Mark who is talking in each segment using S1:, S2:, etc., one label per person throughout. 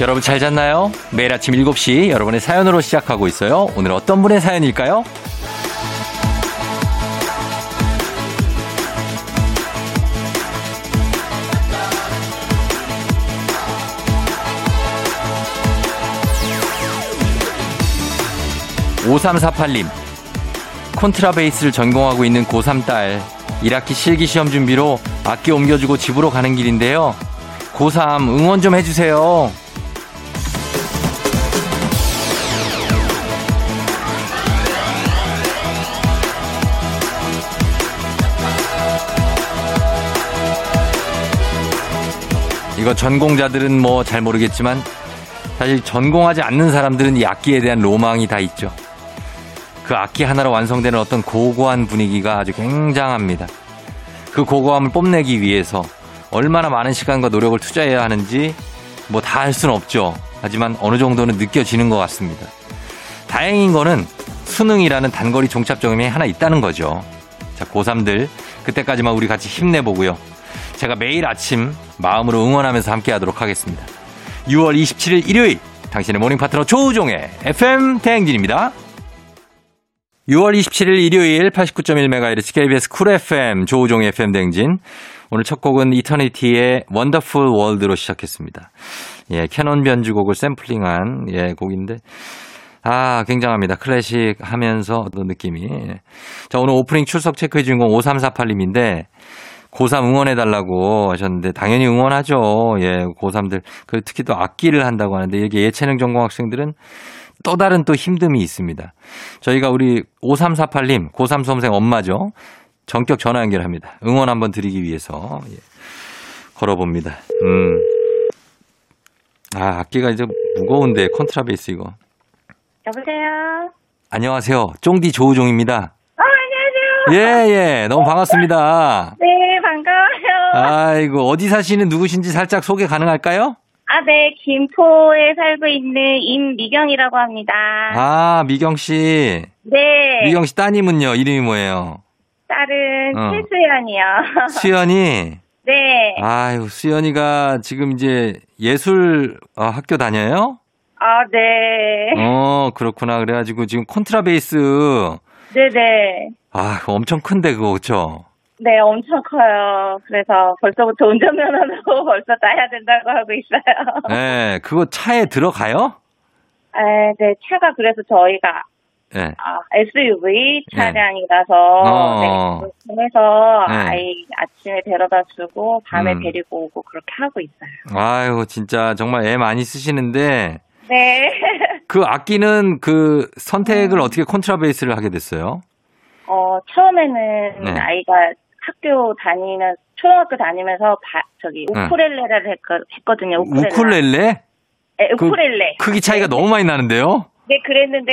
S1: 여러분 잘 잤나요? 매일 아침 7시 여러분의 사연으로 시작하고 있어요. 오늘 어떤 분의 사연일까요? 5348님. 콘트라베이스를 전공하고 있는 고3 딸. 1학기 실기 시험 준비로 악기 옮겨주고 집으로 가는 길인데요. 고3 응원 좀 해주세요. 이거 전공자들은 뭐 잘 모르겠지만 사실 전공하지 않는 사람들은 이 악기에 대한 로망이 다 있죠. 그 악기 하나로 완성되는 어떤 고고한 분위기가 아주 굉장합니다. 그 고고함을 뽐내기 위해서 얼마나 많은 시간과 노력을 투자해야 하는지 뭐 다 할 수는 없죠. 하지만 어느 정도는 느껴지는 것 같습니다. 다행인 거는 수능이라는 단거리 종착점이 하나 있다는 거죠. 자, 고3들, 그때까지만 우리 같이 힘내보고요. 제가 매일 아침 마음으로 응원하면서 함께 하도록 하겠습니다. 6월 27일 일요일 당신의 모닝 파트너 조우종의 FM 대행진입니다. 6월 27일 일요일 89.1MHz KBS 쿨 FM 조우종의 FM 대행진 오늘 첫 곡은 이터니티의 원더풀 월드로 시작했습니다. 예, 캐논 변주곡을 샘플링한 예, 곡인데 아, 굉장합니다. 클래식 하면서 또 느낌이. 예. 자, 오늘 오프닝 출석 체크해 주인 공 5348님인데 고3 응원해달라고 하셨는데, 당연히 응원하죠. 예, 고3들. 그리고 특히 또 악기를 한다고 하는데, 이게 예체능 전공 학생들은 또 다른 또 힘듦이 있습니다. 저희가 우리 5348님, 고3 수험생 엄마죠. 전격 전화 연결합니다. 응원 한번 드리기 위해서. 예, 걸어봅니다. 음. 아, 악기가 이제 무거운데, 컨트라베이스 이거.
S2: 여보세요.
S1: 안녕하세요. 쫑디 조우종입니다.
S2: 어, 안녕하세요.
S1: 예, 예. 너무 반갑습니다.
S2: 네, 반가워요. 아,
S1: 아이고, 어디 사시는 누구신지 살짝 소개 가능할까요?
S2: 네, 김포에 살고 있는 임미경이라고 합니다.
S1: 아, 미경 씨.
S2: 네,
S1: 미경 씨 따님은요, 이름이 뭐예요?
S2: 딸은
S1: 어.
S2: 최수연이요.
S1: 수연이.
S2: 네,
S1: 아유, 수연이가 지금 이제 예술 어, 학교 다녀요?
S2: 아, 네.
S1: 어, 그렇구나. 그래가지고 지금 콘트라베이스.
S2: 네네.
S1: 아, 그거 엄청 큰데, 그거, 그쵸?
S2: 네, 엄청 커요. 그래서 벌써부터 운전면허도 벌써 따야 된다고 하고 있어요.
S1: 네, 그거 차에 들어가요?
S2: 아, 네, 차가 그래서 저희가
S1: 네.
S2: 아, SUV
S1: 네.
S2: 차량이라서
S1: 어.
S2: 네, 그래서
S1: 네.
S2: 아이 아침에 데려다 주고 밤에
S1: 음.
S2: 데리고 오고 그렇게 하고 있어요.
S1: 아유, 진짜 정말 애 많이 쓰시는데.
S2: 네.
S1: 그 악기는 그 선택을 어떻게 콘트라베이스를 하게 됐어요?
S2: 어, 처음에는
S1: 네.
S2: 아이가 학교 다니면 초등학교 다니면서 바- 저기
S1: 네.
S2: 우쿨렐레를 했거, 든요 우쿨렐레.
S1: 우쿨렐레?
S2: 네,
S1: 그-
S2: 우쿨렐레.
S1: 크기 차이가 너무 많이 나는데요?
S2: 네, 그랬는데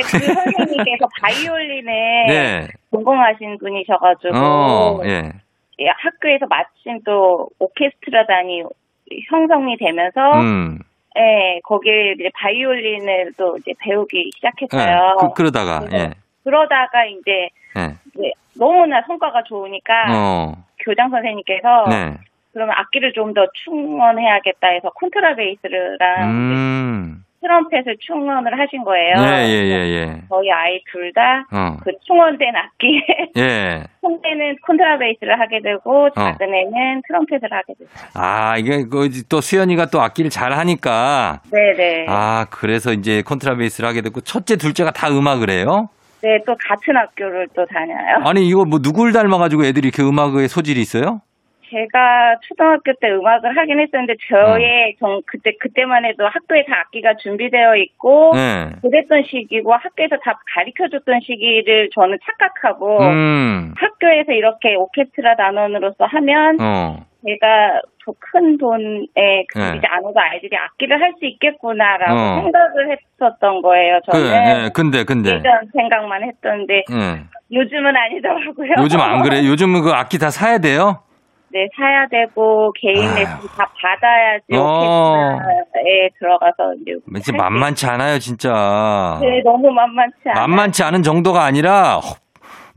S2: 그 선생님께서 바이올린에
S1: 네.
S2: 전공하신 분이셔가지고
S1: 어, 예.
S2: 예, 학교에서 마침 또 오케스트라단이 형성이 되면서
S1: 음.
S2: 예, 거기에 이제 바이올린을 또 이제
S1: 예.
S2: 배우기 시작했어요.
S1: 그, 러다가 예.
S2: 그, 러다가 이제
S1: 예.
S2: 이제 너무나 성과가 좋으니까
S1: 어.
S2: 교장 선생님께서
S1: 네.
S2: 그러면 악기를 좀 더 충원해야겠다 해서 콘트라베이스랑
S1: 음.
S2: 트럼펫을 충원을 하신 거예요.
S1: 예, 예, 예, 예.
S2: 저희 아이 둘 다 그
S1: 어.
S2: 충원된 악기에
S1: 예.
S2: 큰애는 콘트라베이스를 하게
S1: 어.
S2: 되고 작은 애는 트럼펫을 하게 됐어요.
S1: 아, 이게 그 또 수연이가 또 악기를 잘 하니까
S2: 네네.
S1: 아, 그래서 이제 콘트라베이스를 하게 됐고 첫째, 둘째가 다 음악을 해요?
S2: 네, 또 같은 학교를 또 다녀요.
S1: 아니, 이거 뭐 누굴 닮아 가지고 애들이 이렇게 음악의 소질이 있어요?
S2: 제가 초등학교 때 음악을 하긴 했었는데
S1: 음.
S2: 저의 정- 그때 그때만 해도 학교에 다 악기가 준비되어 있고
S1: 예.
S2: 그랬던 시기고 학교에서 다 가르쳐 줬던 시기를 저는 착각하고
S1: 음.
S2: 학교에서 이렇게 오케스트라 단원으로서 하면
S1: 어.
S2: 제가 더 큰 돈에
S1: 네.
S2: 그치지 않아도 아이들이 악기를 할 수 있겠구나라고
S1: 어.
S2: 생각을 했었던 거예요.
S1: 그,
S2: 저는
S1: 예, 근데, 근데.
S2: 예전 생각만 했던데
S1: 예.
S2: 요즘은 아니더라고요.
S1: 요즘 안 그래요? 요즘은 그 악기 다 사야 돼요?
S2: 네, 사야 되고 개인
S1: 아휴.
S2: 레슨 다 받아야지
S1: 어.
S2: 오케스트라에 들어가서 이제
S1: 이제
S2: 할 수-
S1: 만만치 않아요, 진짜.
S2: 네, 너무 만만치 않아.
S1: 만만치 않은 정도가 아니라 허-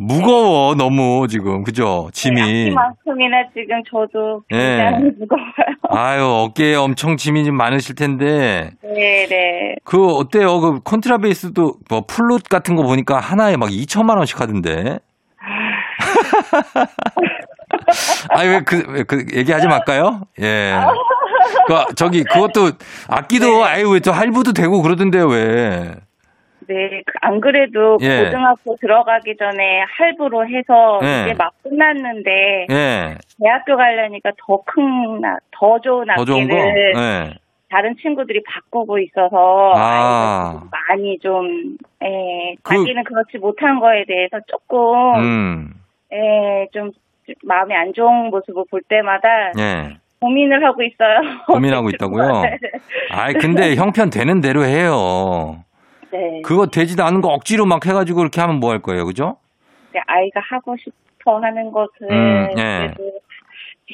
S1: 무거워 너무 지금 그죠 짐이.
S2: 네, 악기만큼이나 지금 저도
S1: 예.
S2: 굉장히 무거워요.
S1: 아유 어깨에 엄청 짐이 좀 많으실 텐데
S2: 네, 네.
S1: 그 어때요 그 컨트라베이스도 뭐 플룻 같은 거 보니까 하나에 막 2천만 원씩 하던데. 아니 왜그그 얘기하지 말까요? 예. 그 저기 그것도 악기도
S2: 네.
S1: 아유 왜 또 할부도 되고 그러던데 왜?
S2: 네, 그- 안 그래도
S1: 예.
S2: 고등학교 들어가기 전에 할부로 해서
S1: 예.
S2: 이제 막 끝났는데
S1: 예.
S2: 대학교 가려니까 더 큰 더 좋은
S1: 더 좋은 거.
S2: 악기를
S1: 예.
S2: 다른 친구들이 바꾸고 있어서
S1: 아.
S2: 아이들이 좀 많이 좀 예,
S1: 그-
S2: 자기는 그렇지 못한 거에 대해서 조금
S1: 음.
S2: 예, 좀 마음이 안 좋은 모습을 볼 때마다
S1: 예.
S2: 고민을 하고 있어요.
S1: 고민하고 있다고요? 아이 근데 형편 되는 대로 해요.
S2: 네.
S1: 그거 되지도 않은 거 억지로 막 해가지고 이렇게 하면 뭐 할 거예요, 그죠?
S2: 근데 아이가 하고 싶어 하는 것을
S1: 음, 예.
S2: 그래도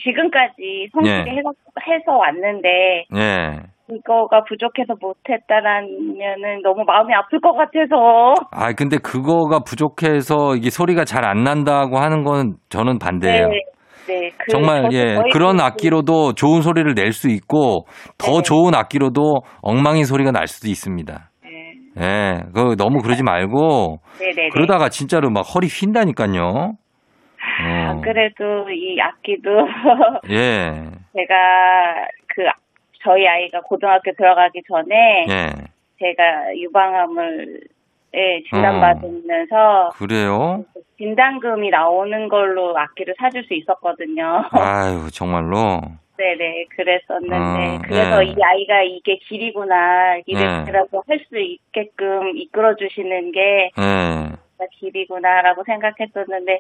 S2: 지금까지 성실히 해서, 해서 왔는데
S1: 예.
S2: 이거가 부족해서 못했다라면은 너무 마음이 아플 것 같아서
S1: 아 근데 그거가 부족해서 이게 소리가 잘 안 난다고 하는 건 저는 반대예요.
S2: 네, 네, 그-
S1: 정말
S2: 저도
S1: 예
S2: 저희
S1: 그런
S2: 그-
S1: 악기로도 좋은 소리를 낼 수 있고 더
S2: 네.
S1: 좋은 악기로도 엉망인 소리가 날 수도 있습니다.
S2: 네,
S1: 예, 그 너무 그러지 말고
S2: 네, 네.
S1: 그러다가 진짜로 막 허리 휜다니까요.
S2: 안
S1: 어,
S2: 아, 그래도 이 악기도
S1: 예,
S2: 제가 그 저희 아이가 고등학교 들어가기 전에
S1: 예,
S2: 제가 유방암을 예, 진단받으면서
S1: 음. 그래요.
S2: 진단금이 나오는 걸로 악기를 사줄 수 있었거든요.
S1: 아유 정말로.
S2: 네네 그랬었는데
S1: 음,
S2: 그래서
S1: 예.
S2: 이 아이가 이게 길이구나
S1: 예.
S2: 이래서라도 할 수 있게끔 이끌어 주시는 게
S1: 예.
S2: 진짜 길이구나라고 생각했었는데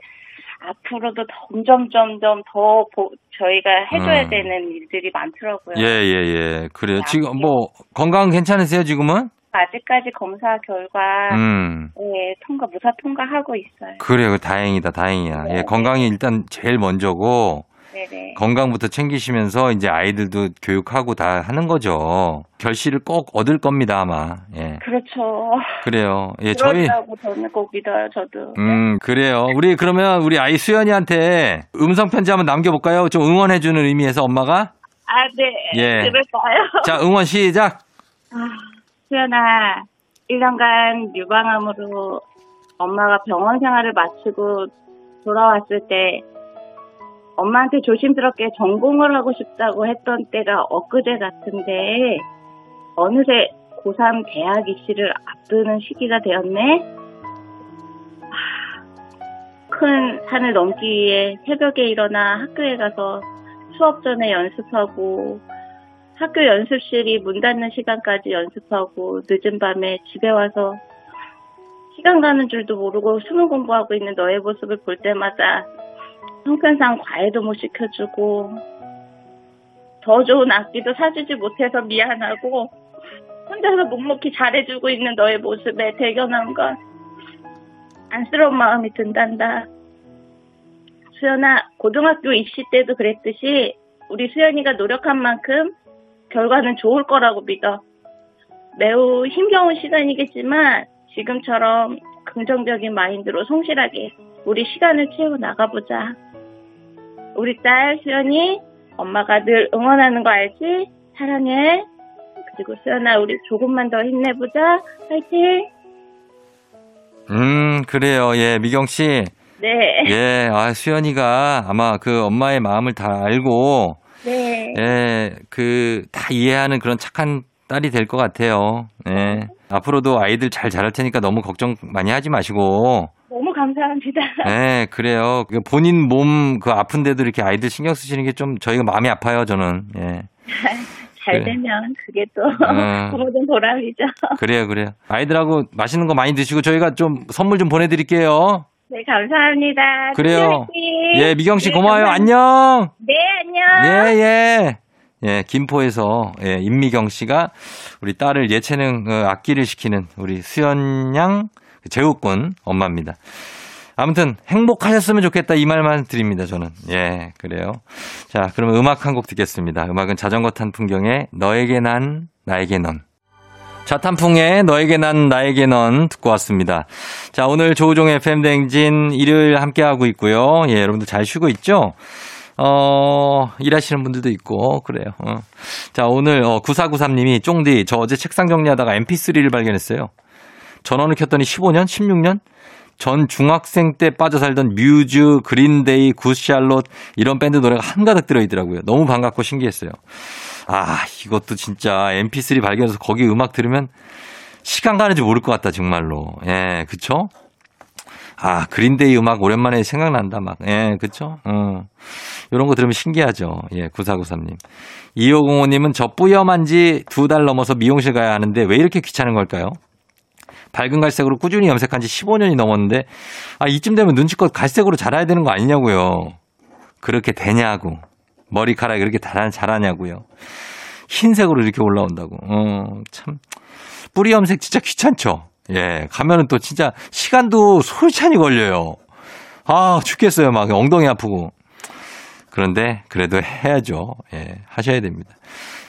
S2: 앞으로도 점점 점점 더 보- 저희가 해줘야
S1: 음.
S2: 되는 일들이 많더라고요.
S1: 예, 예, 예.
S2: 네,
S1: 그래요. 지금 뭐, 건강 괜찮으세요, 지금은?
S2: 아직까지 검사 결과
S1: 음.
S2: 예, 통과 무사 통과하고 있어요.
S1: 그래요. 다행이다, 다행이야. 예, 건강이 일단 제일 먼저고,
S2: 네네.
S1: 건강부터 챙기시면서 이제 아이들도 교육하고 다 하는 거죠. 결실을 꼭 얻을 겁니다, 아마. 예.
S2: 그렇죠.
S1: 그래요. 예, 저희,
S2: 그러라고 저는 꼭 믿어요. 저도.
S1: 음, 그래요. 우리 그러면 우리 아이 수연이한테 음성편지 한번 남겨볼까요? 좀 응원해주는 의미에서 엄마가?
S2: 아, 네.
S1: 예.
S2: 그럴까요?
S1: 자, 응원 시작!
S2: 수연아, 1년간 유방암으로 엄마가 병원 생활을 마치고 돌아왔을 때 엄마한테 조심스럽게 전공을 하고 싶다고 했던 때가 엊그제 같은데 어느새 고3 대학 입시를 앞두는 시기가 되었네. 하, 큰 산을 넘기 위해 새벽에 일어나 학교에 가서 수업 전에 연습하고 학교 연습실이 문 닫는 시간까지 연습하고 늦은 밤에 집에 와서 시간 가는 줄도 모르고 수능 공부하고 있는 너의 모습을 볼 때마다 형편상 과외도 못 시켜주고 더 좋은 악기도 사주지 못해서 미안하고 혼자서 묵묵히 잘해주고 있는 너의 모습에 대견한 건 안쓰러운 마음이 든단다. 수연아, 고등학교 입시 때도 그랬듯이 우리 수연이가 노력한 만큼 결과는 좋을 거라고 믿어. 매우 힘겨운 시간이겠지만 지금처럼 긍정적인 마인드로 성실하게 우리 시간을 채워 나가보자. 우리 딸 수연이 엄마가 늘 응원하는 거 알지? 사랑해. 그리고 수연아 우리 조금만 더 힘내보자. 파이팅.
S1: 음, 그래요. 예, 미경씨.
S2: 네.
S1: 예, 아, 수연이가 아마 그 엄마의 마음을 다 알고,
S2: 네.
S1: 예, 그, 다 이해하는 그런 착한 딸이 될 것 같아요. 예. 앞으로도 아이들 잘 자랄 테니까 너무 걱정 많이 하지 마시고,
S2: 너무 감사합니다.
S1: 예, 그래요. 그 본인 몸 그 아픈데도 이렇게 아이들 신경 쓰시는 게 좀 저희가 마음이 아파요, 저는. 예.
S2: 잘
S1: 그래.
S2: 되면 그게 또
S1: 음.
S2: 부모된 보람이죠.
S1: 그래요, 그래요. 아이들하고 맛있는 거 많이 드시고 저희가 좀 선물 좀 보내드릴게요.
S2: 네 감사합니다.
S1: 그래요.
S2: 수연씨.
S1: 예, 미경씨
S2: 네,
S1: 고마워요.
S2: 감사합니다.
S1: 안녕!
S2: 네, 안녕.
S1: 예, 예. 예, 김포에서 예, 임미경 씨가 우리 딸을 예체능 어, 악기를 시키는 우리 수연 양 제우꾼 엄마입니다. 아무튼 행복하셨으면 좋겠다 이 말만 드립니다 저는 예 그래요 자 그러면 음악 한 곡 듣겠습니다 음악은 자전거 탄 풍경에 너에게 난 나에게 넌 자탄풍의 너에게 난 나에게 넌 듣고 왔습니다. 자, 오늘 조우종 FM 댕진 일요일 함께하고 있고요. 예, 여러분들 잘 쉬고 있죠? 어, 일하시는 분들도 있고, 그래요. 어. 자, 오늘, 어, 9493님이 쫑디, 저 어제 책상 정리하다가 mp3를 발견했어요. 전원을 켰더니 15년? 16년? 전 중학생 때 빠져 살던 뮤즈, 그린데이, 굿샬롯, 이런 밴드 노래가 한가득 들어있더라고요. 너무 반갑고 신기했어요. 아, 이것도 진짜 mp3 발견해서 거기 음악 들으면 시간 가는지 모를 것 같다, 정말로. 예, 그쵸? 아, 그린데이 음악 오랜만에 생각난다, 막. 예, 그쵸? 어. 요런 거 들으면 신기하죠. 예, 9493님. 2505님은 저 뿌염한 지 두 달 넘어서 미용실 가야 하는데 왜 이렇게 귀찮은 걸까요? 밝은 갈색으로 꾸준히 염색한 지 15년이 넘었는데, 아, 이쯤 되면 눈치껏 갈색으로 자라야 되는 거 아니냐고요. 그렇게 되냐고. 머리카락이 그렇게 잘- 자라냐고요. 흰색으로 이렇게 올라온다고. 어, 참. 뿌리 염색 진짜 귀찮죠? 예, 가면은 또 진짜 시간도 솔찬히 걸려요. 아, 죽겠어요. 막 엉덩이 아프고. 그런데 그래도 해야죠. 예, 하셔야 됩니다.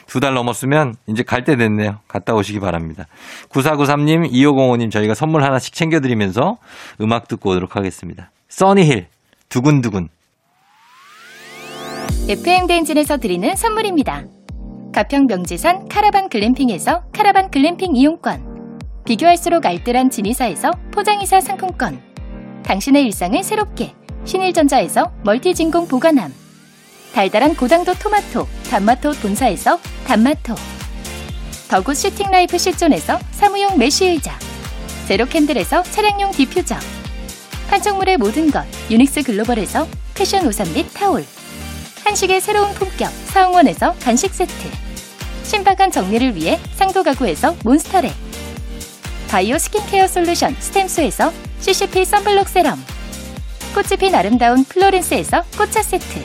S1: 두 달 넘었으면 이제 갈 때 됐네요. 갔다 오시기 바랍니다. 9493님, 2505님 저희가 선물 하나씩 챙겨드리면서 음악 듣고 오도록 하겠습니다. 써니힐, 두근두근.
S3: FM 대행진에서 드리는 선물입니다. 가평 명지산 카라반 글램핑에서 카라반 글램핑 이용권. 비교할수록 알뜰한 진이사에서 포장이사 상품권. 당신의 일상을 새롭게 신일전자에서 멀티진공 보관함. 달달한 고당도 토마토, 단마토 본사에서 단마토. 더굿 시팅라이프 실존에서 사무용 메쉬 의자. 제로캔들에서 차량용 디퓨저. 판촉물의 모든 것 유닉스 글로벌에서 패션 우산 및 타올. 한식의 새로운 품격 사홍원에서 간식 세트 신박한 정리를 위해 상도 가구에서 몬스터랩 바이오 스킨케어 솔루션 스템수에서 CCP 썬블록 세럼 꽃이 핀 아름다운 플로렌스에서 꽃차 세트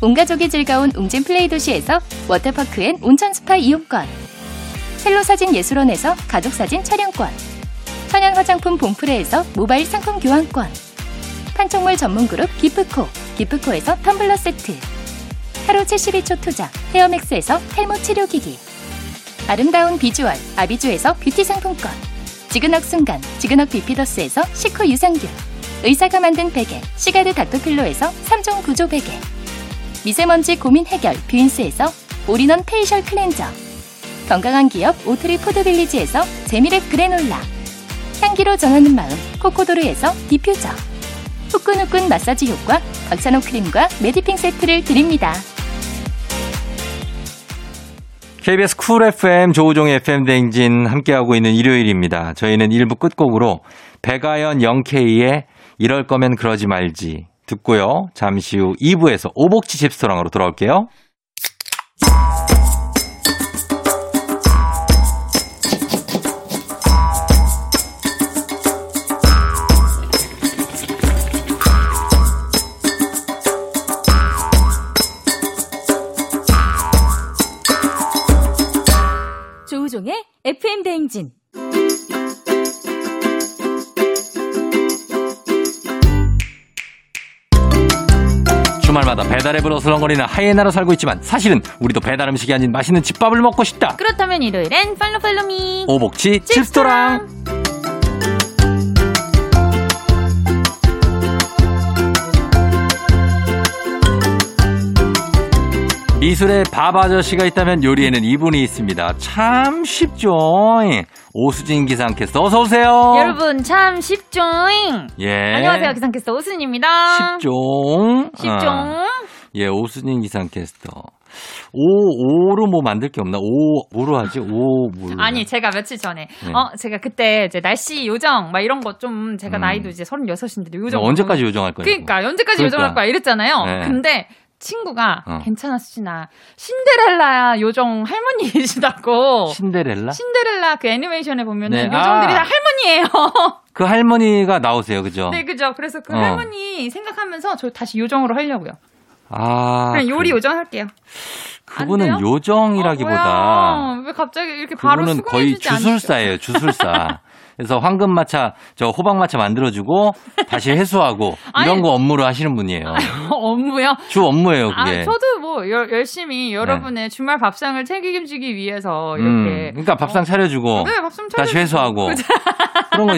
S3: 온가족이 즐거운 웅진 플레이 도시에서 워터파크 앤 온천 스파 이용권 첼로 사진 예술원에서 가족사진 촬영권 천연 화장품 봉프레에서 모바일 상품 교환권 판촉물 전문 그룹 기프코, 기프코에서 텀블러 세트. 하루 72초 투자, 헤어맥스에서 탈모 치료기기. 아름다운 비주얼, 아비주에서 뷰티 상품권. 지그넉 순간, 지그넉 비피더스에서 식후 유산균. 의사가 만든 베개, 시가드 닥터필로에서 3종 구조 베개. 미세먼지 고민 해결, 뷰인스에서 올인원 페이셜 클렌저. 건강한 기업 오트리 푸드빌리지에서 재미랩 그래놀라. 향기로 정하는 마음, 코코도르에서 디퓨저. 후끈후끈 마사지 효과 박찬호 크림과 메디핑 세트를 드립니다.
S1: KBS 쿨 FM 조우종의 FM 댕진 함께하고 있는 일요일입니다. 저희는 1부 끝곡으로 백아연 0K의 이럴 거면 그러지 말지 듣고요. 잠시 후 2부에서 오복지 집스토랑으로 돌아올게요.
S4: 조우종의 FM 대행진.
S1: 주말마다 배달앱으로 슬렁거리는 하이에나로 살고 있지만 사실은 우리도 배달 음식이 아닌 맛있는 집밥을 먹고 싶다.
S4: 그렇다면 일요일엔 팔로 팔로미.
S1: 오복지 집스토랑. 미술의 밥 아저씨가 있다면 요리에는 이분이 있습니다. 참 쉽죠. 예. 오수진 기상캐스터 어서 오세요.
S4: 여러분 참 쉽죠잉.
S1: 예.
S4: 안녕하세요 기상캐스터 오순입니다.
S1: 쉽종.
S4: 쉽죠.
S1: 어. 예, 오수진 기상캐스터. 오, 오로 뭐 만들 게 없나? 오, 뭐로 하지? 오, 뭘.
S4: 아니 제가 며칠 전에
S1: 네.
S4: 어 제가 그때 이제 날씨 요정 막 이런 거 좀 제가
S1: 음. 뭐
S4: 나이도 이제 36인데 요정
S1: 언제까지 요정할 거예요?
S4: 그러니까 언제까지 요정할
S1: 그러니까.
S4: 거야 이랬잖아요.
S1: 네.
S4: 근데 친구가
S1: 어.
S4: 괜찮았으나 신데렐라 요정 할머니이시다고.
S1: 신데렐라?
S4: 신데렐라 그 애니메이션에 보면은
S1: 네,
S4: 요정들이
S1: 아.
S4: 다 할머니예요.
S1: 그 할머니가 나오세요, 그죠?
S4: 네, 그죠. 그래서 그
S1: 어.
S4: 할머니 생각하면서 저 다시 요정으로 하려고요.
S1: 아.
S4: 그냥 요리
S1: 그,
S4: 요정 할게요. 안
S1: 그분은
S4: 돼요?
S1: 요정이라기보다
S4: 아, 뭐야. 왜 갑자기 이렇게 바로
S1: 그분은
S4: 수긍해주지
S1: 거의
S4: 않으시죠?
S1: 주술사예요, 주술사. 그래서 황금마차, 저 호박마차 만들어주고 다시 해소하고 이런
S4: 아니.
S1: 거 업무를 하시는 분이에요.
S4: 업무요?
S1: 주 어, 업무예요,
S4: 아,
S1: 그게.
S4: 저도 뭐 여- 열심히 여러분의 주말 밥상을 책임지기 위해서
S1: 음,
S4: 이렇게
S1: 그러니까 밥상
S4: 어,
S1: 차려주고
S4: 네, 밥상 차려
S1: 다시 회수하고 그런 거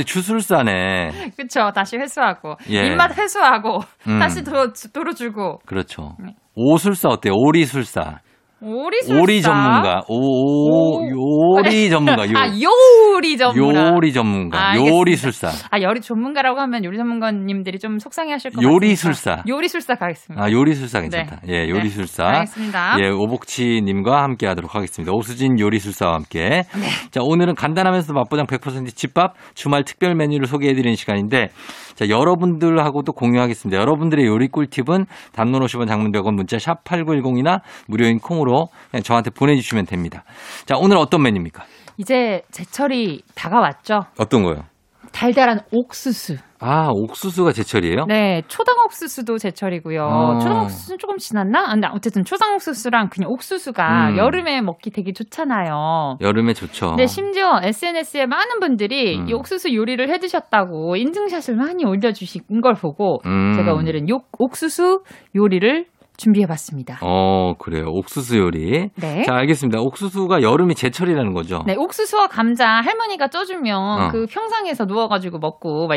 S1: 주술사네.
S4: 그쵸 다시 회수하고
S1: 예.
S4: 입맛 회수하고
S1: 음.
S4: 다시 도, 도로주고
S1: 그렇죠.
S4: 네.
S1: 오술사 어때요? 오리술사.
S4: 오리 술사.
S1: 오리 전문가. 오,
S4: 오.
S1: 요리 전문가. 요,
S4: 아 요리 전문가
S1: 요리 전문가.
S4: 아,
S1: 요리술사.
S4: 아 요리 전문가라고 하면 요리 전문가님들이 좀 속상해하실 것 같아요
S1: 요리술사.
S4: 요리술사 가겠습니다
S1: 아, 요리술사 괜찮다. 예, 요리술사.
S4: 네. 알겠습니다
S1: 예, 오복치님과 함께 하도록 하겠습니다. 오수진 요리술사와 함께.
S4: 네.
S1: 자, 오늘은 간단하면서도 맛보장 100% 집밥 주말 특별 메뉴를 소개해드리는 시간인데, 자, 여러분들하고도 공유하겠습니다. 여러분들의 요리 꿀팁은 담론 50원 장문 100원 문자 샵8910이나 무료인 콩으로 그냥 저한테 보내주시면 됩니다. 자, 오늘 어떤 메뉴입니까?
S4: 이제 제철이 다가왔죠
S1: 어떤 거요?
S4: 달달한 옥수수
S1: 아, 옥수수가 제철이에요?
S4: 네, 초당옥수수도 제철이고요.
S1: 어.
S4: 초당옥수수는 조금 지났나? 아, 근데 어쨌든 초당옥수수랑 그냥 옥수수가
S1: 음.
S4: 여름에 먹기 되게 좋잖아요.
S1: 여름에 좋죠.
S4: 근데 네, 심지어 SNS에 많은 분들이
S1: 음.
S4: 이 옥수수 요리를 해드셨다고 인증샷을 많이 올려주신 걸 보고
S1: 음.
S4: 제가 오늘은 요, 옥수수 요리를 준비해봤습니다.
S1: 어, 그래요. 옥수수 요리.
S4: 네.
S1: 자, 알겠습니다. 옥수수가 여름이 제철이라는 거죠?
S4: 네, 옥수수와 감자 할머니가 쪄주면
S1: 어.
S4: 그 평상에서 누워가지고 먹고 막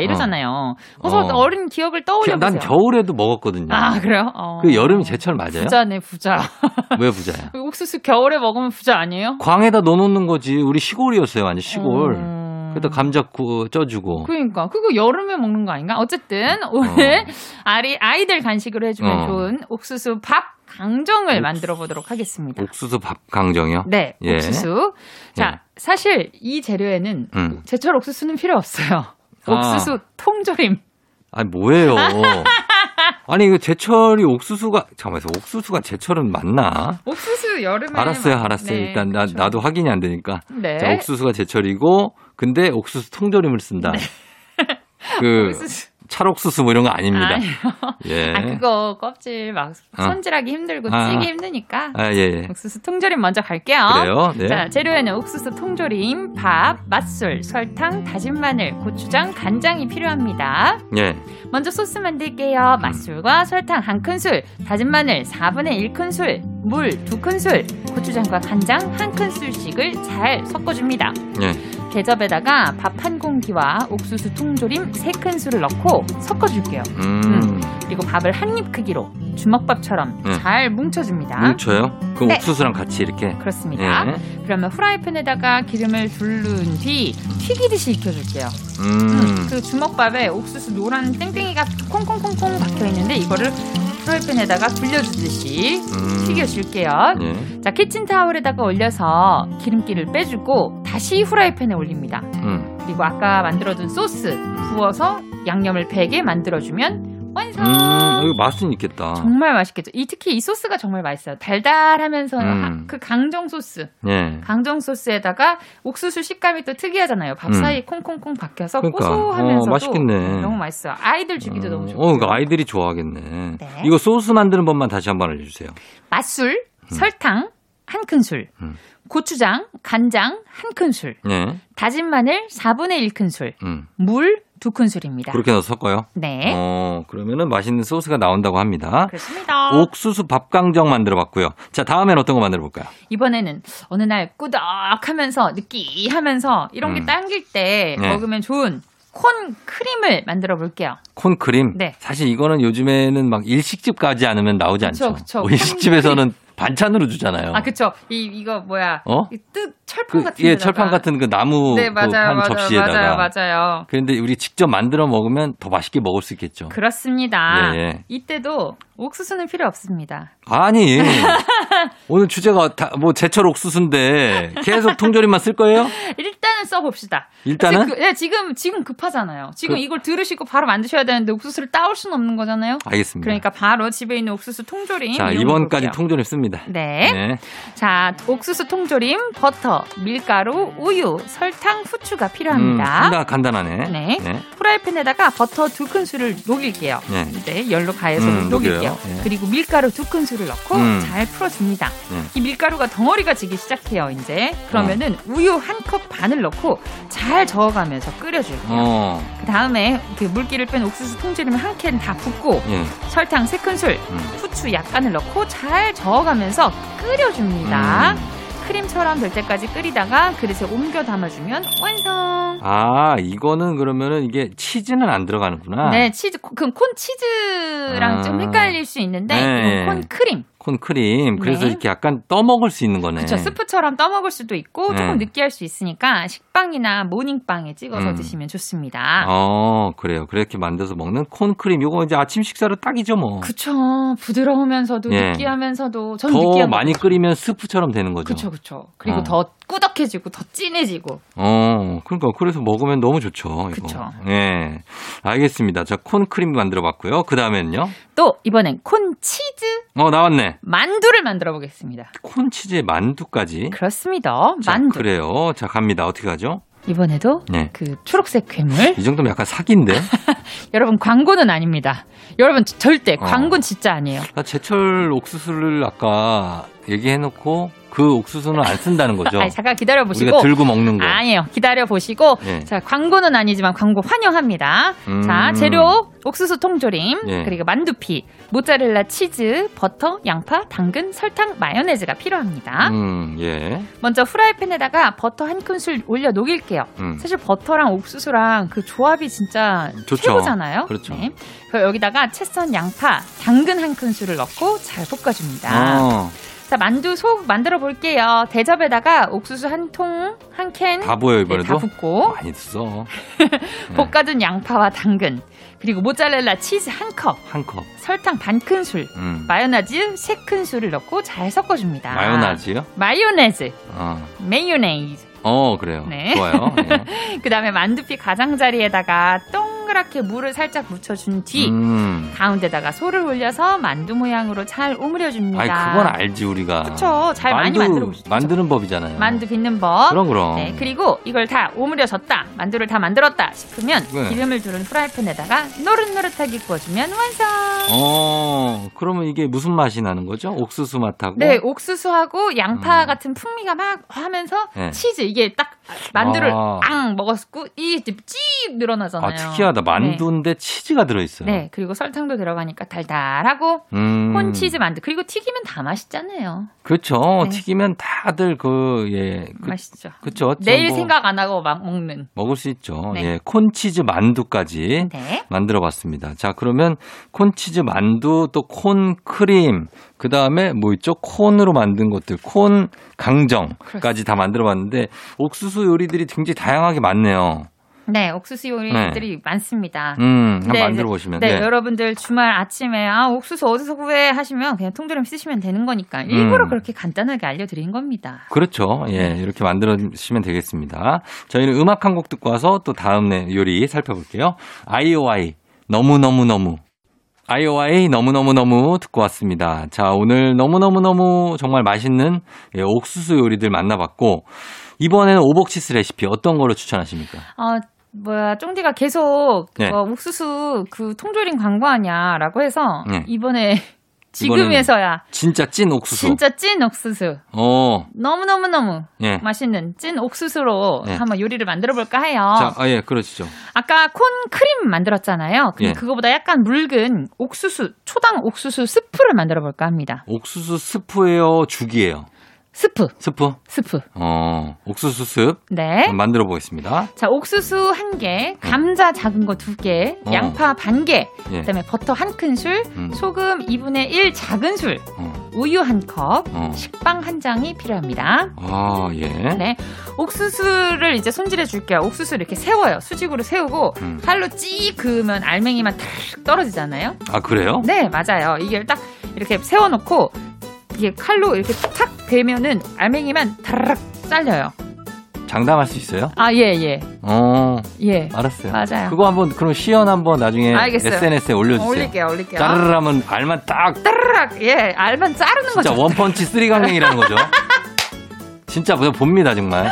S1: 어.
S4: 이러잖아요. 그래서 어. 린 기억을 떠올려 보세요.
S1: 난 겨울에도 먹었거든요.
S4: 아 그래요? 어.
S1: 그 여름이 제철 맞아요?
S4: 부자네 부자.
S1: 왜 부자야?
S4: 옥수수 겨울에 먹으면 부자 아니에요?
S1: 광에다 넣어놓는 거지. 우리 시골이었어요, 완전 시골.
S4: 어...
S1: 그래다 감자 구 쪄주고.
S4: 그러니까 그거 여름에 먹는 거 아닌가? 어쨌든 오늘 아리 아이들 간식으로 해주면
S1: 어.
S4: 좋은 옥수수 밥 강정을
S1: 옥수-
S4: 만들어 보도록 하겠습니다.
S1: 옥수수 밥 강정이요?
S4: 네,
S1: 예.
S4: 옥수수. 자, 사실 이 재료에는
S1: 음. 아.
S4: 제철 옥수수는 필요 없어요. 옥수수 통조림.
S1: 아니, 뭐예요? 아니, 이거 제철이 옥수수가, 잠깐만, 옥수수가 제철은 맞나?
S4: 옥수수 여름에
S1: 알았어요,
S4: 막-
S1: 알았어요.
S4: 네,
S1: 일단 나,
S4: 그렇죠.
S1: 나도 확인이 안 되니까.
S4: 네.
S1: 자, 옥수수가 제철이고, 근데 옥수수 통조림을 쓴다. 그,
S4: 네. 옥수수.
S1: 찰옥수수 뭐 이런 거 아닙니다.
S4: 아니요.
S1: 예.
S4: 아, 그거 껍질 막
S1: 어.
S4: 손질하기 힘들고
S1: 아,
S4: 찌기
S1: 아.
S4: 힘드니까
S1: 아, 예, 예.
S4: 옥수수 통조림 먼저 갈게요.
S1: 그래요? 네.
S4: 어? 자, 재료에는 옥수수 통조림, 밥, 맛술, 설탕, 다진 마늘, 고추장, 간장이 필요합니다.
S1: 예.
S4: 먼저 소스 만들게요. 맛술과 설탕 한 큰술, 다진 마늘 4분의 1 큰술, 물 두 큰술, 고추장과 간장 한 큰술씩을 잘 섞어줍니다.
S1: 예.
S4: 개접에다가 밥 한 공기와 옥수수 통조림 세 큰술을 넣고 섞어줄게요.
S1: 음.
S4: 그리고 밥을 한 입 크기로 주먹밥처럼
S1: 음.
S4: 잘 뭉쳐줍니다.
S1: 뭉쳐요? 네. 그럼
S4: 네. 음.
S1: 옥수수랑 같이 이렇게. 예.
S4: 그렇습니다. 그러면 후라이팬에다가 기름을 둘른 뒤 튀기듯이 익혀줄게요.
S1: 음.
S4: 그 주먹밥에 옥수수 노란 땡땡이가 콩콩콩콩 박혀 있는데 이거를 프라이팬에다가 굴려주듯이
S1: 음.
S4: 튀겨줄게요.
S1: 예.
S4: 자 키친 타올에다가 올려서 기름기를 빼주고 다시 후라이팬에 올립니다.
S1: 음.
S4: 그리고 아까 만들어둔 소스 부어서 양념을 배게 만들어주면 완성.
S1: 음, 이거 맛은 있겠다.
S4: 정말 맛있겠죠. 이 특히 이 소스가 정말 맛있어요. 달달하면서
S1: 음.
S4: 아, 그 강정 소스,
S1: 예.
S4: 강정 소스에다가 옥수수 식감이 또 특이하잖아요. 밥
S1: 음.
S4: 사이 콩콩콩 박혀서
S1: 그러니까.
S4: 고소하면서도
S1: 어, 맛있겠네.
S4: 너무 맛있어요. 아이들 주기도 너무 좋고.
S1: 어, 그러니까 아이들이 좋아하겠네.
S4: 네.
S1: 이거 소스 만드는 법만 다시 한번 알려주세요.
S4: 맛술, 설탕 한 큰술,
S1: 음.
S4: 고추장, 간장 한 큰술,
S1: 예.
S4: 다진 마늘 4분의 1 큰술,
S1: 음.
S4: 물 두 큰술입니다.
S1: 그렇게 넣어서 섞어요?
S4: 네.
S1: 어, 그러면은 맛있는 소스가 나온다고 합니다.
S4: 그렇습니다.
S1: 옥수수 밥강정 만들어 봤고요. 자, 다음엔 어떤 거 만들어 볼까요?
S4: 이번에는 어느 날 꾸덕하면서 느끼하면서 이런 게
S1: 음.
S4: 당길 때
S1: 네.
S4: 먹으면 좋은 콘 크림을 만들어 볼게요.
S1: 콘크림.
S4: 네.
S1: 사실 이거는 요즘에는 막 일식집 가지 않으면 나오지
S4: 그쵸,
S1: 않죠.
S4: 그쵸.
S1: 뭐 일식집에서는 반찬으로 주잖아요.
S4: 아 그쵸? 이 이거 뭐야?
S1: 어?
S4: 이 뜨, 철판
S1: 그,
S4: 같은
S1: 예,
S4: 데다가.
S1: 철판 같은 그 나무
S4: 네,
S1: 그
S4: 맞아요.
S1: 판
S4: 맞아요.
S1: 접시에다가.
S4: 맞아요. 맞아요.
S1: 그런데 우리 직접 만들어 먹으면 더 맛있게 먹을 수 있겠죠.
S4: 그렇습니다.
S1: 네.
S4: 이때도 옥수수는 필요 없습니다.
S1: 아니 오늘 주제가 다, 뭐 제철 옥수수인데 계속 통조림만 쓸 거예요?
S4: 일단은 써봅시다.
S1: 일단은
S4: 그- 예, 지금 지금 급하잖아요. 지금
S1: 그-
S4: 이걸 들으시고 바로 만드셔야 되는데 옥수수를 따올 수는 없는 거잖아요.
S1: 알겠습니다.
S4: 그러니까 바로 집에 있는 옥수수 통조림.
S1: 네. 자
S4: 이용해
S1: 이번까지
S4: 볼게요.
S1: 통조림 씁니다.
S4: 네. 자, 옥수수 통조림, 버터, 밀가루, 우유, 설탕, 후추가
S1: 음,
S4: 필요합니다.
S1: 간단 간단하네.
S4: 네. 프라이팬에다가 버터 두 큰술을 녹일게요.
S1: 네.
S4: 이제 열로 가해서
S1: 음,
S4: 녹일게요.
S1: 녹여요. 네.
S4: 그리고 밀가루 두 큰술을 넣고
S1: 음.
S4: 잘 풀어줍니다.
S1: 네.
S4: 이 밀가루가 덩어리가 지기 시작해요. 이제 그러면은
S1: 음.
S4: 우유 한 컵 반을 넣고 잘 저어가면서 끓여줄게요.
S1: 어,
S4: 그 다음에 그 물기를 뺀 옥수수 통조림 한 캔 다 붓고
S1: 예.
S4: 설탕 세 큰술,
S1: 음.
S4: 후추 약간을 넣고 잘 저어가면서 끓여줍니다.
S1: 음.
S4: 크림처럼 될 때까지 끓이다가 그릇에 옮겨 담아주면 완성.
S1: 아, 이거는 그러면은 이게 치즈는 안 들어가는구나.
S4: 네, 치즈 그럼 콘 치즈랑
S1: 아.
S4: 좀 헷갈릴 수 있는데
S1: 네.
S4: 이건 콘 크림.
S1: 콘크림. 그래서
S4: 네.
S1: 이렇게 약간 떠먹을 수 있는 거네.
S4: 그렇죠. 스프처럼 떠먹을 수도 있고
S1: 네.
S4: 조금 느끼할 수 있으니까 식빵이나 모닝빵에 찍어서
S1: 음.
S4: 드시면 좋습니다.
S1: 어, 그래요. 그렇게 만들어서 먹는 콘크림. 요거 이제 아침 식사로 딱이죠, 뭐.
S4: 그쵸. 부드러우면서도
S1: 예.
S4: 느끼하면서도 전
S1: 더
S4: 느끼한
S1: 많이 끓이면 스프처럼 되는 거죠.
S4: 그쵸 그쵸. 그리고
S1: 어.
S4: 더 꾸덕해지고 더 진해지고.
S1: 어, 그러니까 그래서 먹으면 너무 좋죠. 이거.
S4: 그쵸.
S1: 예. 알겠습니다. 자, 콘크림 만들어 봤고요. 그다음에는요?
S4: 또 이번엔 콘 치즈
S1: 어, 나왔네.
S4: 만두를 만들어 보겠습니다.
S1: 콘치즈에 만두까지.
S4: 그렇습니다.
S1: 자,
S4: 만두.
S1: 그래요. 자, 갑니다. 어떻게 가죠?
S4: 이번에도
S1: 네.
S4: 그 초록색 괴물.
S1: 이 정도면 약간 사기인데.
S4: 여러분 광고는 아닙니다. 여러분 저- 절대
S1: 어.
S4: 광고는 진짜 아니에요.
S1: 나 그러니까 제철 옥수수를 아까 얘기해놓고 그 옥수수는 안 쓴다는 거죠.
S4: 아니, 잠깐 기다려
S1: 우리가
S4: 보시고.
S1: 들고 먹는 거.
S4: 아니에요. 기다려 보시고.
S1: 예.
S4: 자, 광고는 아니지만 광고 환영합니다.
S1: 음.
S4: 자, 재료 옥수수 통조림,
S1: 예.
S4: 그리고 만두피, 모짜렐라 치즈, 버터, 양파, 당근, 설탕, 마요네즈가 필요합니다.
S1: 음, 예.
S4: 먼저 후라이팬에다가 버터 한 큰술 올려 녹일게요.
S1: 음.
S4: 사실 버터랑 옥수수랑 그 조합이 진짜
S1: 좋죠.
S4: 최고잖아요. 네.
S1: 그렇죠.
S4: 그래서 여기다가 채썬 양파, 당근 한 큰술을 넣고 잘 볶아줍니다.
S1: 어,
S4: 자, 만두 속 만들어 볼게요. 대접에다가 옥수수 한 통, 한 캔,
S1: 다 보여
S4: 네, 다
S1: 이번에도.
S4: 붓고
S1: 많이 써. 네,
S4: 볶아둔 양파와 당근, 그리고 모짜렐라 치즈 한 컵,
S1: 한 컵.
S4: 설탕 반 큰술,
S1: 음.
S4: 마요네즈 세 큰술을 넣고 잘 섞어줍니다.
S1: 마요나즈요?
S4: 마요네즈,
S1: 어.
S4: 메요네즈.
S1: 어, 그래요.
S4: 네.
S1: 좋아요. 예.
S4: 그 다음에 만두피 가장자리에다가 동그랗게 물을 살짝 묻혀준 뒤
S1: 음.
S4: 가운데다가 소를 올려서 만두 모양으로 잘 오므려줍니다.
S1: 아니, 그건 알지, 우리가.
S4: 그쵸. 잘 많이 만들어 보시죠.
S1: 만드는 법이잖아요.
S4: 만두 빚는 법.
S1: 그럼, 그럼.
S4: 네, 그리고 이걸 다 오므려졌다, 만두를 다 만들었다 싶으면
S1: 네.
S4: 기름을 두른 프라이팬에다가 노릇노릇하게 구워주면 완성.
S1: 어, 그러면 이게 무슨 맛이 나는 거죠? 옥수수 맛하고.
S4: 네, 옥수수하고 양파
S1: 음.
S4: 같은 풍미가 막 하면서
S1: 네.
S4: 치즈 이게 딱 만두를
S1: 아.
S4: 앙 먹었고 이게 찌 늘어나잖아요.
S1: 아, 특이하다. 만두인데 치즈가 들어있어요.
S4: 네. 네, 그리고 설탕도 들어가니까 달달하고
S1: 음.
S4: 콘치즈 만두 그리고 튀기면 다 맛있잖아요.
S1: 그렇죠.
S4: 네.
S1: 튀기면 다들 그, 예. 그,
S4: 맛있죠.
S1: 그쵸.
S4: 내일
S1: 뭐
S4: 생각 안 하고 막 먹는.
S1: 먹을 수 있죠.
S4: 네.
S1: 예. 콘치즈 만두까지
S4: 네.
S1: 만들어 봤습니다. 자, 그러면 콘치즈 만두, 또 콘크림, 그 다음에 뭐 있죠? 콘으로 만든 것들, 콘 강정까지 다 만들어 봤는데, 옥수수 요리들이 굉장히 다양하게 많네요.
S4: 네, 옥수수 요리들이 많습니다.
S1: 음, 한번
S4: 네,
S1: 만들어 보시면.
S4: 네, 여러분들 주말 아침에 아 옥수수 어디서 구해 하시면 그냥 통조림 쓰시면 되는 거니까 일부러
S1: 음.
S4: 그렇게 간단하게 알려드린 겁니다.
S1: 그렇죠. 예,
S4: 네.
S1: 이렇게 만들어주시면 되겠습니다. 저희는 음악 한 곡 듣고 와서 또 다음 내 요리 살펴볼게요. 아이오아이, 너무너무너무. 아이오아이, 너무너무너무 듣고 왔습니다. 자, 오늘 너무너무너무 정말 맛있는 예, 옥수수 요리들 만나봤고, 이번에는 오복치스 레시피 어떤 거로 추천하십니까?
S4: 어 뭐야 쫑디가 계속
S1: 네.
S4: 어, 옥수수 그 통조림 광고하냐라고 해서
S1: 네.
S4: 이번에
S1: 이번에는
S4: 지금에서야
S1: 진짜 찐 옥수수.
S4: 진짜 찐 옥수수
S1: 어,
S4: 너무 너무 너무
S1: 예.
S4: 맛있는 찐 옥수수로
S1: 네.
S4: 한번 요리를 만들어 볼까 해요.
S1: 자, 아, 예, 그러시죠.
S4: 아까 콘 크림 만들었잖아요. 근데
S1: 예.
S4: 그거보다 약간 묽은 옥수수 초당 옥수수 스프를 만들어 볼까 합니다.
S1: 옥수수 스프예요, 죽이에요?
S4: 스프,
S1: 스프?
S4: 스프.
S1: 어, 옥수수 습
S4: 네.
S1: 만들어 보겠습니다.
S4: 자, 옥수수 한 개, 감자 작은 거 두 개,
S1: 네. 어.
S4: 양파 반 개,
S1: 예.
S4: 그다음에 버터 한 큰술,
S1: 음,
S4: 소금 2분의 1 작은 술,
S1: 어.
S4: 우유 한 컵,
S1: 어.
S4: 식빵 한 장이 필요합니다.
S1: 아, 예.
S4: 네. 옥수수를 이제 손질해 줄게요. 옥수수를 이렇게 세워요. 수직으로 세우고
S1: 음.
S4: 칼로 찌 그으면 알맹이만 탁 떨어지잖아요.
S1: 아, 그래요?
S4: 네, 맞아요. 이게 딱 이렇게 세워놓고 이게 칼로 이렇게 탁 대면은 알맹이만 다락 잘려요.
S1: 장담할 수 있어요?
S4: 아, 예, 예,
S1: 어,
S4: 예.
S1: 알았어요.
S4: 맞아요.
S1: 그거 한번, 그럼 시연 한번 나중에
S4: 알겠어요.
S1: SNS에 올려주세요.
S4: 올릴게요, 올릴게요.
S1: 짜르르 하면 발만 딱,
S4: 따르락, 예, 알만 자르는
S1: 진짜
S4: 거죠.
S1: 원펀치 쓰리강냉이라는 거죠. 진짜 그냥 봅니다, 정말.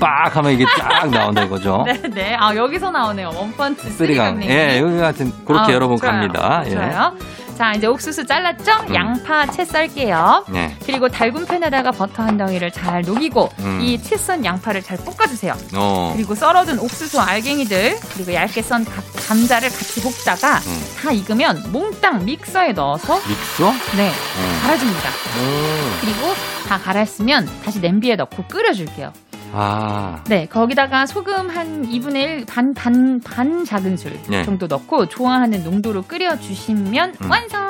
S1: 빡 하면 이게 쫙 나온다 이거죠.
S4: 네, 네. 아, 여기서 나오네요. 원펀치
S1: 쓰리강.
S4: 쓰리강냉이.
S1: 예, 여기 같은, 그렇게
S4: 아,
S1: 여러분
S4: 좋아요.
S1: 갑니다. 예.
S4: 좋아요. 자, 이제 옥수수 잘랐죠?
S1: 음.
S4: 양파 채 썰게요.
S1: 네.
S4: 그리고 달군 팬에다가 버터 한 덩이를 잘 녹이고
S1: 음.
S4: 이 채 썬 양파를 잘 볶아주세요.
S1: 어.
S4: 그리고 썰어둔 옥수수 알갱이들 그리고 얇게 썬 가- 감자를 같이 볶다가
S1: 음.
S4: 다 익으면 몽땅 믹서에 넣어서
S1: 믹서?
S4: 네
S1: 음.
S4: 갈아줍니다.
S1: 음.
S4: 그리고 다 갈았으면 다시 냄비에 넣고 끓여줄게요.
S1: 아.
S4: 네 거기다가 소금 한 2분의 1반반 반 작은 술
S1: 네.
S4: 정도 넣고 좋아하는 농도로 끓여주시면
S1: 음.
S4: 완성.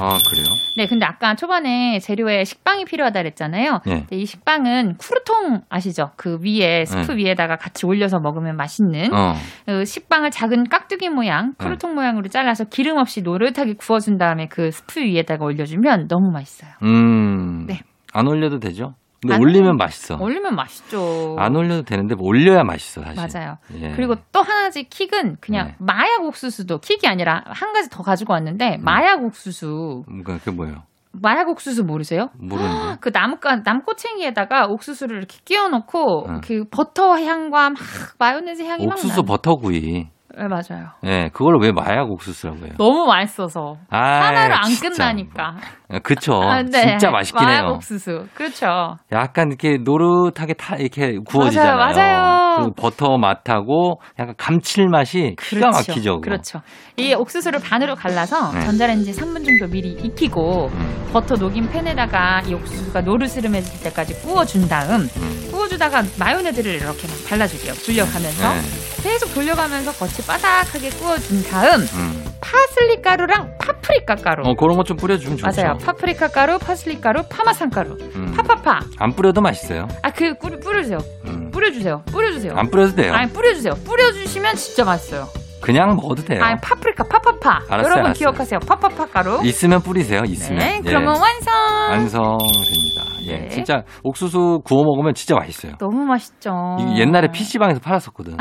S1: 아, 그래요?
S4: 네 근데 아까 초반에 재료에 식빵이 필요하다 그랬잖아요.
S1: 네.
S4: 근데 이 식빵은 쿠르통 아시죠? 그 위에 스프 위에다가 같이 올려서 먹으면 맛있는
S1: 예. 어. 예.
S4: 그 식빵을 작은 깍두기 모양, 크루통 모양으로 잘라서 기름 없이 노릇하게 구워준 다음에 그 스프 위에다가 올려주면 너무 맛있어요.
S1: 음.
S4: 네.
S1: 안 올려도 되죠? 근데
S4: 안
S1: 올리면 맛있어.
S4: 올리면 맛있죠.
S1: 안 올려도 되는데 뭐 올려야 맛있어, 사실.
S4: 맞아요.
S1: 예.
S4: 그리고 또 하나지 킥은 그냥
S1: 네.
S4: 마약 옥수수도 킥이 아니라 한 가지 더 가지고 왔는데
S1: 음.
S4: 마약 옥수수
S1: 뭔가 음, 그게 뭐예요?
S4: 마약 옥수수 모르세요?
S1: 모르는데.
S4: 그 나뭇가 나무꼬챙이에다가 옥수수를 이렇게 끼워 놓고
S1: 응.
S4: 그 버터 향과 막 마요네즈 향이
S1: 옥수수
S4: 막
S1: 버터구이.
S4: 나. 네, 맞아요.
S1: 예, 그걸 왜 마약 옥수수라고 해요?
S4: 너무 맛있어서
S1: 아,
S4: 하나로 안
S1: 진짜.
S4: 끝나니까.
S1: 아, 그쵸.
S4: 아, 네.
S1: 진짜 맛있긴
S4: 마약
S1: 해요.
S4: 옥수수. 그렇죠.
S1: 약간 이렇게 노릇하게 타, 이렇게 구워지잖아요.
S4: 맞아요.
S1: 그리고 버터 맛하고 약간 감칠맛이 기가 막히죠. 그거.
S4: 그렇죠. 이 옥수수를 반으로 갈라서
S1: 네.
S4: 전자레인지 3분 정도 미리 익히고
S1: 음,
S4: 버터 녹인 팬에다가 이 옥수수가 노르스름해질 때까지 구워준 다음
S1: 음.
S4: 구워주다가 마요네즈를 이렇게 막 발라줄게요. 돌려가면서
S1: 네,
S4: 계속 돌려가면서 겉이 바삭하게 구워준 다음
S1: 음.
S4: 파슬리 가루랑 파프리카 가루
S1: 어, 그런 것 좀 뿌려주면 좋죠.
S4: 맞아요. 파프리카 가루, 파슬리 가루, 파마산 가루,
S1: 음.
S4: 파파파.
S1: 안 뿌려도 맛있어요.
S4: 아그 뿌려주세요.
S1: 음.
S4: 뿌려주세요. 뿌려주세요.
S1: 안 뿌려도 돼요.
S4: 아니 뿌려주세요. 뿌려주시면 진짜 맛있어요.
S1: 그냥 먹어도 돼요.
S4: 아 파프리카 파파파.
S1: 네. 알았어요,
S4: 여러분
S1: 알았어요.
S4: 기억하세요. 파파파 가루.
S1: 있으면 뿌리세요. 있으면.
S4: 네,
S1: 예.
S4: 그러면 완성.
S1: 완성됩니다. 예,
S4: 네.
S1: 진짜 옥수수 구워 먹으면 진짜 맛있어요.
S4: 너무 맛있죠.
S1: 이게 옛날에 PC방에서 팔았었거든.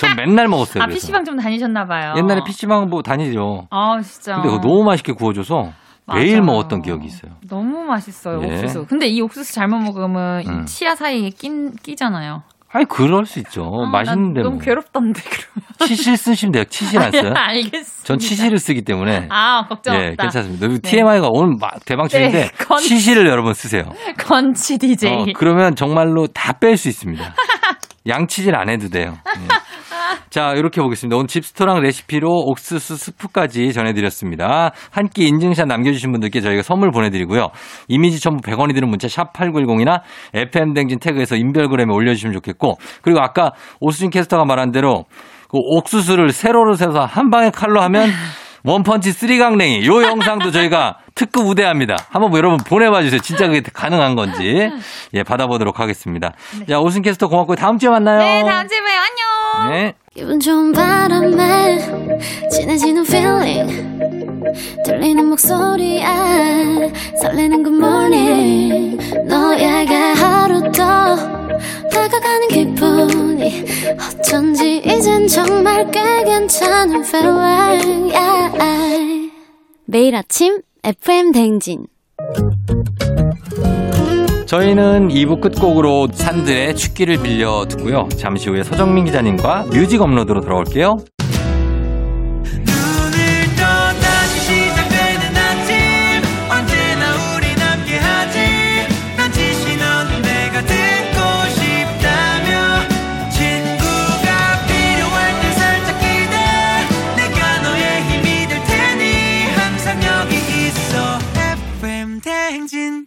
S1: 전 맨날 먹었어요.
S4: 아
S1: 그래서.
S4: PC방 좀 다니셨나 봐요.
S1: 옛날에 PC방 뭐 다니죠.
S4: 아 진짜.
S1: 근데 그거 너무 맛있게 구워줘서
S4: 맞아요.
S1: 매일 먹었던 기억이 있어요.
S4: 너무 맛있어요
S1: 예.
S4: 옥수수. 근데 이 옥수수 잘못 먹으면 이
S1: 음.
S4: 치아 사이에 낀 끼잖아요.
S1: 아니, 그럴 수 있죠.
S4: 아,
S1: 맛있는데
S4: 난 너무
S1: 뭐.
S4: 괴롭던데 그러면.
S1: 치실 쓰시면 돼요. 치실 안 써요?
S4: 알겠어.
S1: 전 치실을 쓰기 때문에.
S4: 아 걱정
S1: 예,
S4: 없다.
S1: 괜찮습니다. TMI가 오늘 막 대방출인데
S4: 네, 건- 네.
S1: 치실을 여러분 쓰세요.
S4: 건치 DJ.
S1: 어, 그러면 정말로 다 뺄 수 있습니다. 양치질 안 해도 돼요. 예. 자, 이렇게 보겠습니다. 오늘 집스토랑 레시피로 옥수수 스프까지 전해드렸습니다. 한 끼 인증샷 남겨주신 분들께 저희가 선물 보내드리고요. 이미지 첨부 100원이 드는 문자 샵 8910이나 FM댕진 태그에서 인별그램에 올려주시면 좋겠고 그리고 아까 오수진 캐스터가 말한 대로 그 옥수수를 세로로 세서 한 방에 칼로 하면 원펀치 쓰리강냉이 요 영상도 저희가 특급 우대합니다. 한번 뭐 여러분 보내봐 주세요. 진짜 그게 가능한 건지 예 받아보도록 하겠습니다. 자 오순 캐스터 고맙고 다음 주에 만나요.
S4: 네 다음 주에 봐요. 안녕.
S1: 네.
S5: 기분 좋은 바람에 진해지는 feeling 들리는 목소리에 설레는 good morning 너에게 하루 더 다가가는 기분이 어쩐지 이젠 정말 꽤 괜찮은 feeling yeah. 매일 아침 FM 댕진
S1: 저희는 2부 끝곡으로 산들의 축기를 빌려 듣고요. 잠시 후에 서정민 기자님과 뮤직 업로드로 돌아올게요.
S6: 눈을 떠 다시 시작되는 아침 언제나 우리 함께하지 난 지시 넌 내가 듣고 싶다며 친구가 필요할 때 살짝 기대 내가 너의 힘이 될 테니 항상 여기 있어 FM 대행진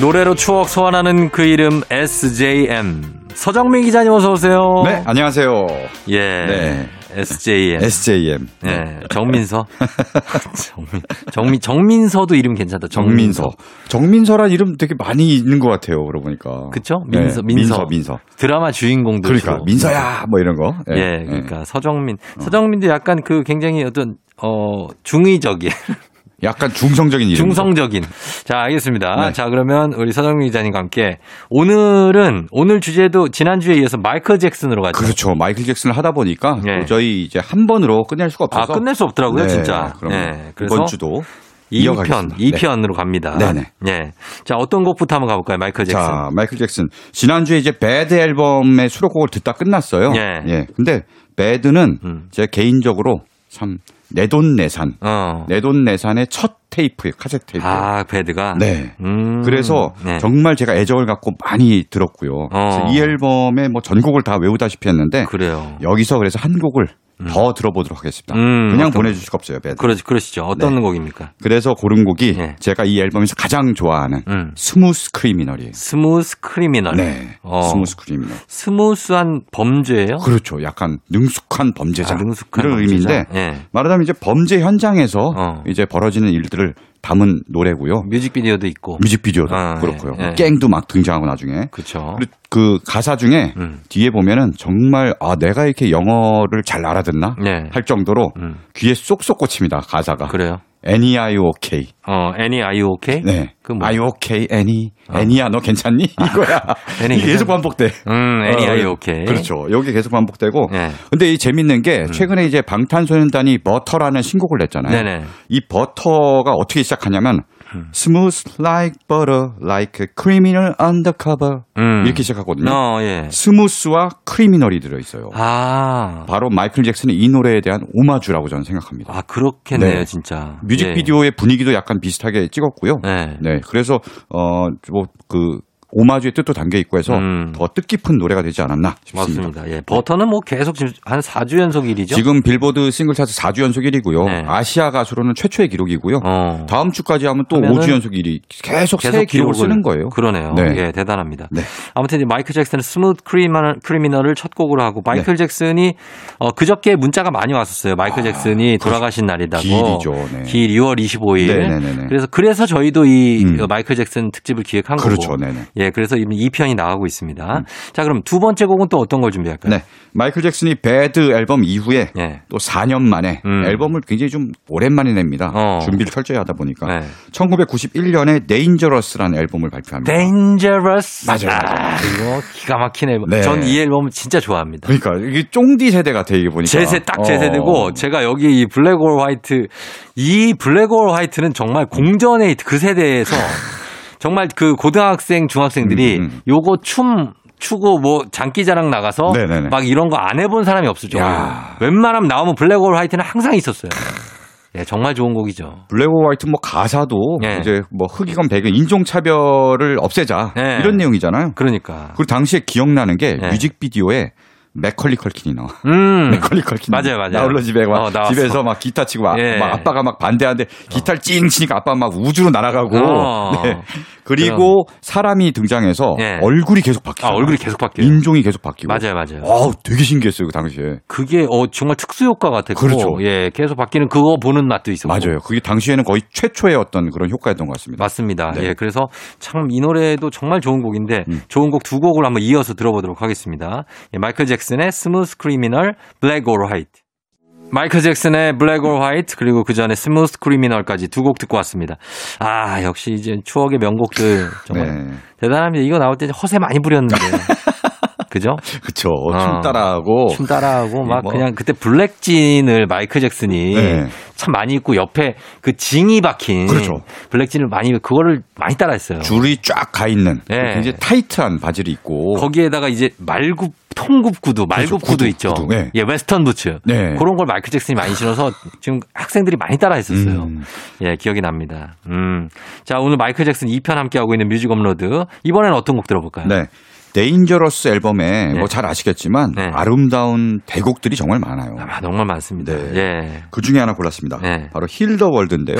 S1: 노래로 추억 소환하는 그 이름 SJM 서정민 기자님 어서 오세요.
S7: 네, 안녕하세요.
S1: 예.
S7: 네.
S1: SJM.
S7: SJM.
S1: 예, 정민서. 정민, 정민, 정민서도 이름 괜찮다.
S7: 정민서. 정민서란 이름 되게 많이 있는 것 같아요. 그러고 보니까.
S1: 음. 그쵸? 민서,
S7: 네,
S1: 민서.
S7: 민서, 민서.
S1: 드라마 주인공도.
S7: 그러니까
S1: 주로.
S7: 민서야 어. 뭐 이런 거. 예,
S1: 예, 그러니까 서정민. 서정민도 약간 그 굉장히 어떤, 어, 중의적인,
S7: 예. 약간 중성적인 이름.
S1: 중성적인. 자, 알겠습니다.
S7: 네.
S1: 자, 그러면 우리 서정민 기자님과 함께 오늘은, 오늘 주제도 지난주에 이어서 마이클 잭슨으로 가죠.
S7: 그렇죠. 마이클 잭슨을 하다 보니까
S1: 예.
S7: 도저히 이제 한 번으로 끝낼 수가
S1: 아,
S7: 없어서.
S1: 끝낼 수 없더라고요,
S7: 네,
S1: 진짜.
S7: 그럼
S1: 예,
S7: 이번 주도
S1: 2편,
S7: 이어가겠습니다. 네.
S1: 2편으로 갑니다.
S7: 네네.
S1: 예. 자, 어떤 곡부터 한번 가볼까요, 마이클 잭슨?
S7: 자, 마이클 잭슨. 지난주에 이제 배드 앨범의 수록곡을 듣다 끝났어요.
S1: 예.
S7: 근데 배드는
S1: 음.
S7: 제 개인적으로 참 내돈내산.
S1: 어.
S7: 내돈내산의 첫 테이프예요. 카세트 테이프.
S1: 아, 배드가?
S7: 네.
S1: 음.
S7: 그래서
S1: 네.
S7: 정말 제가 애정을 갖고 많이 들었고요. 그래서
S1: 어.
S7: 이 앨범의 뭐 전곡을 다 외우다시피 했는데
S1: 그래요.
S7: 네. 여기서 그래서 한 곡을 더 들어보도록 하겠습니다.
S1: 음,
S7: 그냥
S1: 어떤-
S7: 보내주실 수가 없어요. 배드.
S1: 그러, 그러시죠. 어떤
S7: 네.
S1: 곡입니까?
S7: 그래서 고른 곡이
S1: 예.
S7: 제가 이 앨범에서 가장 좋아하는
S1: 음.
S7: 스무스 크리미널이에요.
S1: 스무스 크리미널.
S7: 네,
S1: 어.
S7: 스무스 크리미널.
S1: 스무스한 범죄예요?
S7: 그렇죠. 약간 능숙한 범죄자
S1: 아, 능숙한
S7: 이런
S1: 범죄자?
S7: 의미인데
S1: 예.
S7: 말하자면 이제 범죄 현장에서
S1: 어.
S7: 이제 벌어지는 일들을 담은 노래고요.
S1: 뮤직비디오도 있고.
S7: 뮤직비디오도
S1: 아, 예,
S7: 그렇고요.
S1: 예.
S7: 갱도 막 등장하고 나중에
S1: 그렇죠.
S7: 그리고 그 가사 중에
S1: 음.
S7: 뒤에 보면은 정말 아 내가 이렇게 영어를 잘 알아듣나
S1: 네.
S7: 할 정도로
S1: 음.
S7: 귀에 쏙쏙 꽂힙니다 가사가.
S1: 그래요.
S7: Any are you okay?
S1: 어, Annie, are you okay?
S7: 네.
S1: 그 뭐?
S7: Are you okay, Annie? Annie야 너 괜찮니? 이거야.
S1: Annie
S7: 이게 계속
S1: 괜찮-
S7: 반복돼.
S1: 음, Annie,
S7: 어,
S1: are you okay?
S7: 그렇죠. 여기 계속 반복되고.
S1: 네. 음.
S7: 근데 이 재밌는 게 최근에 이제 방탄소년단이 버터라는 신곡을 냈잖아요.
S1: 네네.
S7: 이 버터가 어떻게 시작하냐면
S1: 음.
S7: smooth like butter like a criminal undercover
S1: 음.
S7: 이렇게 시작하거든요.
S1: 어, 예.
S7: 스무스와 크리미널이 들어있어요.
S1: 아.
S7: 바로 마이클 잭슨의 이 노래에 대한 오마주라고 저는 생각합니다.
S1: 아, 그렇겠네요,
S7: 네.
S1: 진짜.
S7: 뮤직비디오의 분위기도 약간 비슷하게 찍었고요.
S1: 예. 네.
S7: 네, 그래서 어, 어뭐그 오마주의 뜻도 담겨 있고 해서
S1: 음.
S7: 더 뜻깊은 노래가 되지 않았나 싶습니다.
S1: 맞습니다. 예. 버터는 뭐 계속 지금 한 4주 연속 1위죠?
S7: 지금 빌보드 싱글 차트 4주 연속 1위고요.
S1: 네.
S7: 아시아 가수로는 최초의 기록이고요.
S1: 어.
S7: 다음 주까지 하면 또
S1: 하면은
S7: 5주 연속 1위. 계속, 새 기록을 쓰는 거예요.
S1: 그러네요.
S7: 네.
S1: 예, 대단합니다.
S7: 네.
S1: 아무튼 이제 마이클 잭슨은 스무드 크리미널, 크리미널을 첫 곡으로 하고
S7: 네.
S1: 마이클 잭슨이 어, 그저께 문자가 많이 왔었어요. 마이클 잭슨이 돌아가신 날이다고.
S7: 기일이죠. 아, 그렇죠. 네.
S1: 기일 6월 25일.
S7: 네네네네.
S1: 그래서 그래서 저희도 이
S7: 음.
S1: 어, 마이클 잭슨 특집을 기획한
S7: 그렇죠.
S1: 거고.
S7: 네네.
S1: 예, 그래서 이미 2편이 나가고 있습니다. 자, 그럼 두 번째 곡은 또 어떤 걸 준비할까요?
S7: 네. 마이클 잭슨이 배드 앨범 이후에
S1: 예.
S7: 또 4년 만에
S1: 음.
S7: 앨범을 굉장히 좀 오랜만에 냅니다.
S1: 어.
S7: 준비를 철저히 하다 보니까.
S1: 네.
S7: 1991년에 Dangerous라는 앨범을 발표합니다.
S1: Dangerous.
S7: 맞아요.
S1: 아, 이거 기가 막힌 앨범.
S7: 네.
S1: 전 이 앨범 진짜 좋아합니다.
S7: 그러니까 이게 쫑디 세대가 되게 보니까.
S1: 제세 딱 제세되고
S7: 그러니까. 어.
S1: 제가 여기 이 블랙 홀 화이트 이 블랙 홀 화이트는 정말 공전의 그 세대에서 정말 그 고등학생 중학생들이
S7: 음, 음.
S1: 요거 춤 추고 뭐 장기자랑 나가서
S7: 네네네.
S1: 막 이런 거 안 해본 사람이 없을 정도로
S7: 야.
S1: 웬만하면 나오면 블랙 홀 화이트는 항상 있었어요. 예, 정말 좋은 곡이죠.
S7: 블랙 오 화이트 뭐 가사도
S1: 예.
S7: 이제 뭐 흑이건 백인 인종 차별을 없애자
S1: 예.
S7: 이런 내용이잖아요.
S1: 그러니까
S7: 그리고 당시에 기억나는 게
S1: 예.
S7: 뮤직비디오에 맥컬리 컬킨이 나와.
S1: 음
S7: 맥컬리 컬킨.
S1: 맞아요, 맞아요.
S7: 나홀로 집에 막
S1: 어, 나왔어.
S7: 집에서 막 기타 치고 막,
S1: 예.
S7: 막 아빠가 막 반대하는데 기타를 찡 치니까 아빠 막 우주로 날아가고.
S1: 어.
S7: 네. 그리고 사람이 등장해서
S1: 예.
S7: 얼굴이 계속 바뀌어.
S1: 아, 얼굴이 계속 바뀌어요.
S7: 인종이 계속 바뀌고.
S1: 맞아요, 맞아요.
S7: 아우 되게 신기했어요 그 당시에.
S1: 그게 어 정말 특수 효과 같았고
S7: 그렇죠.
S1: 예 계속 바뀌는 그거 보는 맛도 있었고
S7: 맞아요. 그게 당시에는 거의 최초의 어떤 그런 효과였던 것 같습니다.
S1: 맞습니다.
S7: 네.
S1: 예, 그래서 참 이 노래도 정말 좋은 곡인데
S7: 음.
S1: 좋은 곡 두 곡을 한번 이어서 들어보도록 하겠습니다. 예, 마이클 잭슨의 스무스 크리미널, 블랙 오화이트 마이클 잭슨의 블랙 오화이트 그리고 그 전에 스무스 크리미널까지 두 곡 듣고 왔습니다. 아, 역시 이제 추억의 명곡들 정말
S7: 네.
S1: 대단합니다. 이거 나올 때 허세 많이 부렸는데. 그죠?
S7: 그쵸.
S1: 어.
S7: 춤 따라하고.
S1: 춤 따라하고 막
S7: 뭐.
S1: 그냥 그때 블랙진을 마이클 잭슨이
S7: 네.
S1: 참 많이 입고 옆에 그 징이 박힌
S7: 그렇죠.
S1: 블랙진을 많이 그거를 많이 따라했어요.
S7: 줄이 쫙 가 있는
S1: 네.
S7: 굉장히 타이트한 바지를 입고
S1: 거기에다가 이제 말굽 통 홍굽구두, 말굽구두
S7: 그렇죠. 구두,
S1: 있죠.
S7: 구두, 예.
S1: 예, 웨스턴 부츠.
S7: 네.
S1: 그런 걸 마이클 잭슨이 많이 신어서 지금 학생들이 많이 따라 했었어요.
S7: 음.
S1: 예, 기억이 납니다. 음. 자, 오늘 마이클 잭슨 2편 함께하고 있는 뮤직 업로드. 이번에는 어떤 곡 들어볼까요?
S7: 네. 데인저러스 앨범에
S1: 네.
S7: 뭐 잘 아시겠지만
S1: 네.
S7: 아름다운 대곡들이 정말 많아요.
S1: 아, 정말 많습니다.
S7: 네.
S1: 예.
S7: 그 중에 하나 골랐습니다.
S1: 네.
S7: 바로 힐더 월드인데요.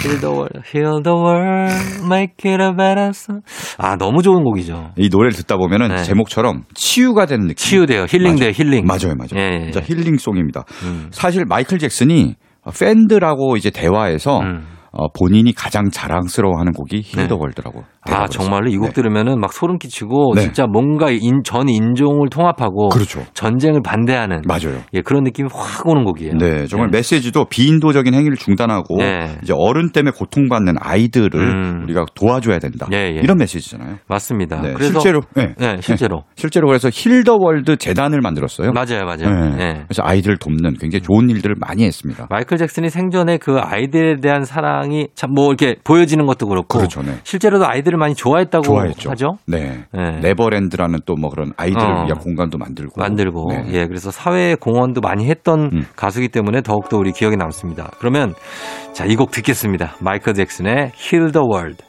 S1: Heal the world, heal the world, make it a better song. 아, 너무 좋은 곡이죠.
S7: 이 노래를 듣다 보면은
S1: 네.
S7: 제목처럼 치유가 되는 느낌.
S1: 치유돼요. 힐링돼요, 힐링.
S7: 맞아요, 맞아요.
S1: 예, 예.
S7: 진짜 힐링송입니다.
S1: 음.
S7: 사실 마이클 잭슨이 팬들하고 이제 대화에서
S1: 음.
S7: 어, 본인이 가장 자랑스러워하는 곡이
S1: 네.
S7: 힐더 월드라고.
S1: 아, 정말로 이 곡 들으면은 막 소름 끼치고
S7: 네.
S1: 진짜 뭔가 인, 전 인종을 통합하고
S7: 그렇죠.
S1: 전쟁을 반대하는
S7: 네. 맞아요.
S1: 예, 그런 느낌이 확 오는 곡이에요.
S7: 네, 정말
S1: 예.
S7: 메시지도 비인도적인 행위를 중단하고
S1: 네.
S7: 이제 어른 때문에 고통받는 아이들을
S1: 음.
S7: 우리가 도와줘야 된다.
S1: 예, 예.
S7: 이런 메시지잖아요.
S1: 맞습니다.
S7: 네,
S1: 그래서
S7: 실제로 네.
S1: 네, 실제로.
S7: 실제로 그래서 힐더 월드 재단을 만들었어요.
S1: 맞아요, 맞아요.
S7: 네.
S1: 예.
S7: 그래서 아이들을 돕는 굉장히 좋은 일들을 많이 했습니다.
S1: 마이클 잭슨이 생전에 그 아이들에 대한 사랑이 참 뭐 이렇게 보여지는 것도 그렇고
S7: 그렇죠, 네.
S1: 실제로도 아이들을 많이 좋아했다고
S7: 좋아했죠.
S1: 하죠.
S7: 네.
S1: 네.
S7: 네버랜드라는 또 뭐 그런 아이들을
S1: 어.
S7: 위한 공간도 만들고
S1: 만들고
S7: 네.
S1: 예 그래서 사회에 공헌도 많이 했던
S7: 음.
S1: 가수기 때문에 더욱더 우리 기억에 남습니다. 그러면 자 이 곡 듣겠습니다. 마이클 잭슨의 Heal the World.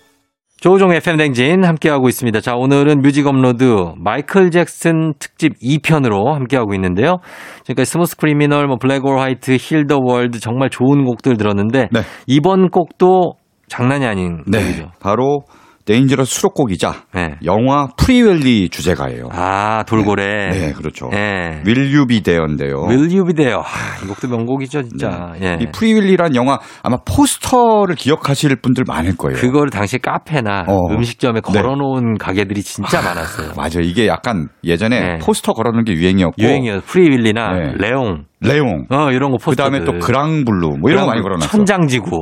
S1: 조종 FM 댕진 함께하고 있습니다. 자, 오늘은 뮤직 업로드 마이클 잭슨 특집 2편으로 함께하고 있는데요. 지금까지 스무스 크리미널, 뭐 블랙 올 화이트, 힐 더 월드 정말 좋은 곡들 들었는데
S7: 네.
S1: 이번 곡도 장난이 아닌
S7: 네.
S1: 곡이죠.
S7: 바로 데인저러스 수록곡이자
S1: 네.
S7: 영화 프리웰리 주제가예요.
S1: 아, 돌고래.
S7: 네, 그렇죠.
S1: 예.
S7: 윌 유비 대연데요.
S1: Will you be there? 아, 이 곡도 명곡이죠, 진짜. 예.
S7: 어. 네. 이 프리윌리란 영화 아마 포스터를 기억하실 분들 많을 거예요.
S1: 그거를 당시 카페나
S7: 어.
S1: 음식점에 걸어놓은 가게들이 진짜 많았어요.
S7: 맞아요. 이게 약간 예전에
S1: 네.
S7: 포스터 걸어놓는 게 유행이었고
S1: 유행이요. 프리윌리나
S7: 네.
S1: 레옹,
S7: 레옹.
S1: 어 이런 거 포스터.
S7: 그다음에 또 그랑블루 뭐 이런 거 많이 걸어놨어.
S1: 천장지구,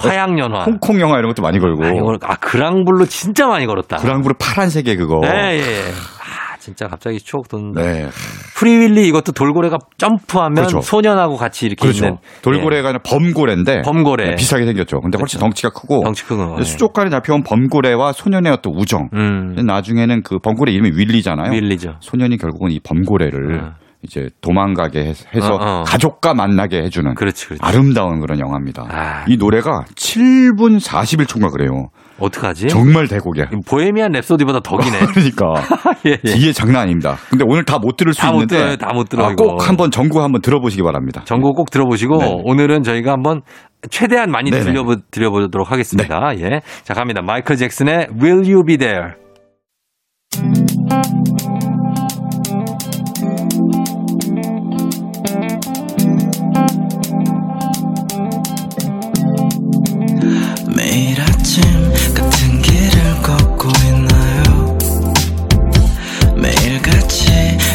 S1: 화양연화.
S7: 홍콩 영화 이런 것도 많이 걸고.
S1: 많이 걸- 아 그랑블루 진짜 많이 걸었다.
S7: 그랑블루 파란색의 그거.
S1: 예, 예. 예. 아 진짜 갑자기 추억 돋는다.
S7: 네.
S1: 프리윌리 이것도 돌고래가 점프하면
S7: 그렇죠.
S1: 소년하고 같이 이렇게 있는
S7: 그렇죠. 돌고래가 아니라 범고래인데
S1: 예. 범고래. 그렇죠.
S7: 네, 비슷하게 생겼죠. 근데 훨씬 덩치가 크고
S1: 덩치 큰 거. 예.
S7: 수족관에 잡혀온 범고래와 소년의 어떤 우정.
S1: 음.
S7: 근데 나중에는 그 범고래 이름이 윌리잖아요.
S1: 밀리죠.
S7: 소년이 결국은 이 범고래를
S1: 어.
S7: 이제 도망가게 해서- 해서
S1: 어, 어.
S7: 가족과 만나게 해주는
S1: 그렇지, 그렇지.
S7: 아름다운 그런 영화입니다.
S1: 아.
S7: 이 노래가 7분 41초인가 그래요.
S1: 어떡하지?
S7: 정말 대곡이야.
S1: 보헤미안 랩소디보다 덕이네.
S7: 그러니까
S1: 예, 예.
S7: 뒤에 장난 아닙니다. 근데 오늘 다 못 들을 수
S1: 다 못
S7: 있는데
S1: 들어요, 다못 들어,
S7: 아,
S1: 이거.
S7: 꼭 한번 전구 한번 들어보시기 바랍니다.
S1: 전곡 꼭 들어보시고
S7: 네.
S1: 오늘은 저희가 한번 최대한 많이
S7: 네네. 네.
S1: 들려보, 드려보도록 하겠습니다. 예. 자, 갑니다. 마이클 잭슨의 Will You Be There.
S6: 매일 아침 같은 길을 걷고 있나요 매일 같이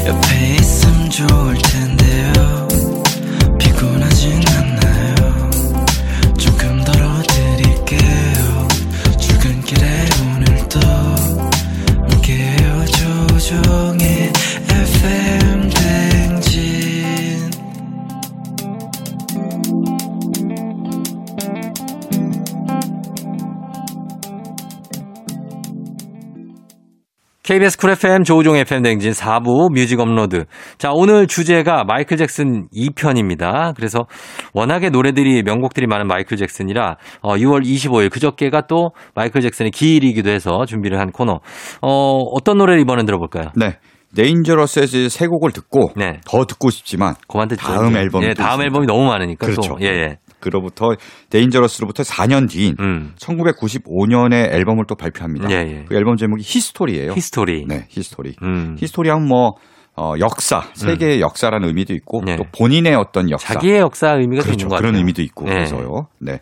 S6: 옆에 있음 좋을 텐데요 피곤하진 않나요 조금 덜어드릴게요 출근길에 오늘도 함께해요 조종의 FM 댕진
S1: KBS 쿨 FM 조우종 FM 댕진 4부 뮤직 업로드. 자, 오늘 주제가 마이클 잭슨 2편입니다. 그래서 워낙에 노래들이 명곡들이 많은 마이클 잭슨이라 어, 6월 25일 그저께가 또 마이클 잭슨의 기일이기도 해서 준비를 한 코너. 어, 어떤 노래를 이번엔 들어볼까요?
S7: 네. 네인저러스의 세 곡을 듣고
S1: 네.
S7: 더 듣고 싶지만
S1: 그만 듣죠.
S7: 다음 앨범이
S1: 예,
S7: 또
S1: 다음
S7: 있습니다.
S1: 앨범이 너무 많으니까 또.
S7: 그렇죠.
S1: 예, 예.
S7: 그로부터 데인저러스로부터 4년 뒤인
S1: 음.
S7: 1995년에 앨범을 또 발표합니다.
S1: 예, 예.
S7: 그 앨범 제목이 히스토리예요.
S1: 히스토리.
S7: 네, 히스토리.
S1: 음.
S7: 히스토리하면 뭐 어, 역사, 세계의 역사라는 의미도 있고
S1: 예.
S7: 또 본인의 어떤 역사
S1: 자기의 역사 의미가 좀
S7: 그렇죠.
S1: 있는 것 같아요.
S7: 그런 의미도 있고
S1: 예.
S7: 그래서요. 네.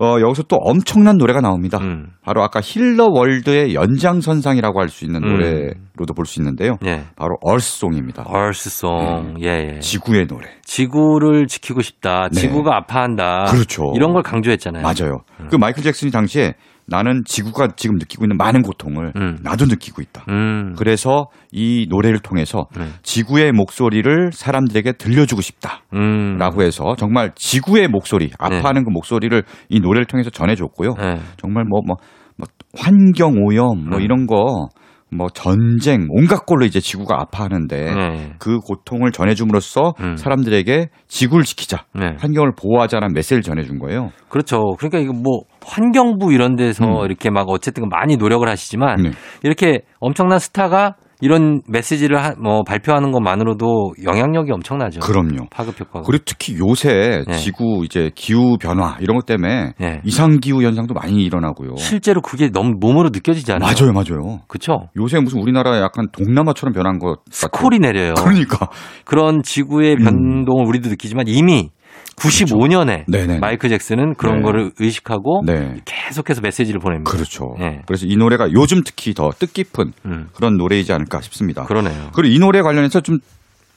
S7: 어, 여기서 또 엄청난 노래가 나옵니다.
S1: 음.
S7: 바로 아까 힐러 월드의 연장선상이라고 할 수 있는
S1: 음.
S7: 노래로도 볼 수 있는데요.
S1: 예.
S7: 바로 얼스송입니다.
S1: 얼스송. 예, 예.
S7: 지구의 노래.
S1: 지구를 지키고 싶다.
S7: 음. 네.
S1: 지구가 아파한다.
S7: 그렇죠.
S1: 이런 걸 강조했잖아요.
S7: 맞아요.
S1: 음.
S7: 그 마이클 잭슨이 당시에 나는 지구가 지금 느끼고 있는 많은 고통을
S1: 음.
S7: 나도 느끼고 있다.
S1: 음.
S7: 그래서 이 노래를 통해서
S1: 음.
S7: 지구의 목소리를 사람들에게 들려주고 싶다.
S1: 음.
S7: 라고 해서 정말 지구의 목소리, 아파하는 그 목소리를 이 노래를 통해서 전해줬고요.
S1: 예.
S7: 정말 뭐, 뭐, 뭐 환경 오염
S1: 네.
S7: 뭐
S1: 음.
S7: 이런 거 뭐 전쟁 온갖 걸로 이제 지구가 아파하는데
S1: 네.
S7: 그 고통을 전해줌으로써
S1: 음.
S7: 사람들에게 지구를 지키자,
S1: 네.
S7: 환경을 보호하자라는 메시지를 전해준 거예요.
S1: 그렇죠. 그러니까 이거 뭐 환경부 이런 데서
S7: 음.
S1: 이렇게 막 어쨌든 많이 노력을 하시지만
S7: 네.
S1: 이렇게 엄청난 스타가 이런 메시지를 하- 뭐 발표하는 것만으로도 영향력이 엄청나죠.
S7: 그럼요.
S1: 파급 효과가.
S7: 그리고 특히 요새
S1: 어. 네.
S7: 지구 이제 기후 변화 이런 것 때문에
S1: 네.
S7: 이상 기후 현상도 많이 일어나고요.
S1: 실제로 그게 너무 몸으로 느껴지잖아요.
S7: 맞아요, 맞아요.
S1: 그렇죠.
S7: 요새 무슨 우리나라 약간 동남아처럼 변한 것 같아요.
S1: 스콜이 내려요.
S7: 그러니까
S1: 그런 지구의
S7: 음. 그렇죠.
S1: 변동을 우리도 느끼지만 이미 95년에
S7: 네네.
S1: 마이클 잭슨은 그런
S7: 네.
S1: 거를 의식하고
S7: 네.
S1: 계속해서 메시지를 보냅니다.
S7: 그렇죠.
S1: 네.
S7: 그래서 이 노래가 요즘 특히 더 뜻깊은
S1: 음,
S7: 그런 노래이지 않을까 싶습니다.
S1: 그러네요.
S7: 그리고 이 노래 관련해서 좀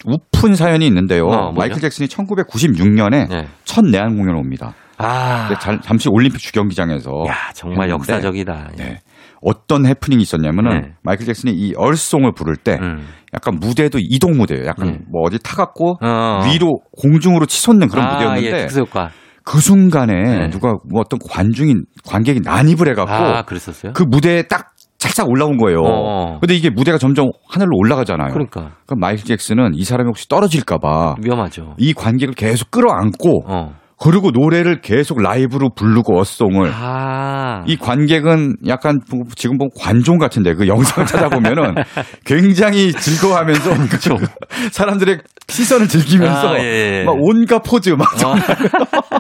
S7: 우픈 사연이 있는데요.
S1: 어, 뭐죠?
S7: 마이클 잭슨이 1996년에
S1: 네.
S7: 첫 내한 공연을 옵니다.
S1: 아,
S7: 근데 잘- 잠시 올림픽 주경기장에서
S1: 야 정말
S7: 했는데
S1: 역사적이다.
S7: 네. 어떤 해프닝이 있었냐면은
S1: 네.
S7: 마이클 잭슨이 이 얼송을 부를 때
S1: 음.
S7: 약간 무대도 이동 무대예요. 약간
S1: 네.
S7: 뭐 어디 타갖고
S1: 어.
S7: 위로 공중으로 치솟는 그런
S1: 아,
S7: 무대였는데
S1: 예, 특수 효과.
S7: 그 순간에
S1: 네.
S7: 누가 뭐 어떤 관중인 관객이 난입을 해갖고
S1: 아, 그랬었어요?
S7: 그 무대에 딱 살짝 올라온 거예요.
S1: 어.
S7: 근데 이게 무대가 점점 하늘로 올라가잖아요. 그럼
S1: 그러니까
S7: 마이클 잭슨은 이 사람이 혹시 떨어질까봐
S1: 위험하죠.
S7: 이 관객을 계속 끌어안고
S1: 어.
S7: 그리고 노래를 계속 라이브로 부르고 어송을
S1: 아.
S7: 이 관객은 약간 뭐 지금 보면 관종 같은데 그 영상을 찾아보면은 굉장히 즐거워하면서 그 사람들의 시선을 즐기면서
S1: 아, 예, 예.
S7: 막 온갖 포즈 막
S1: 어.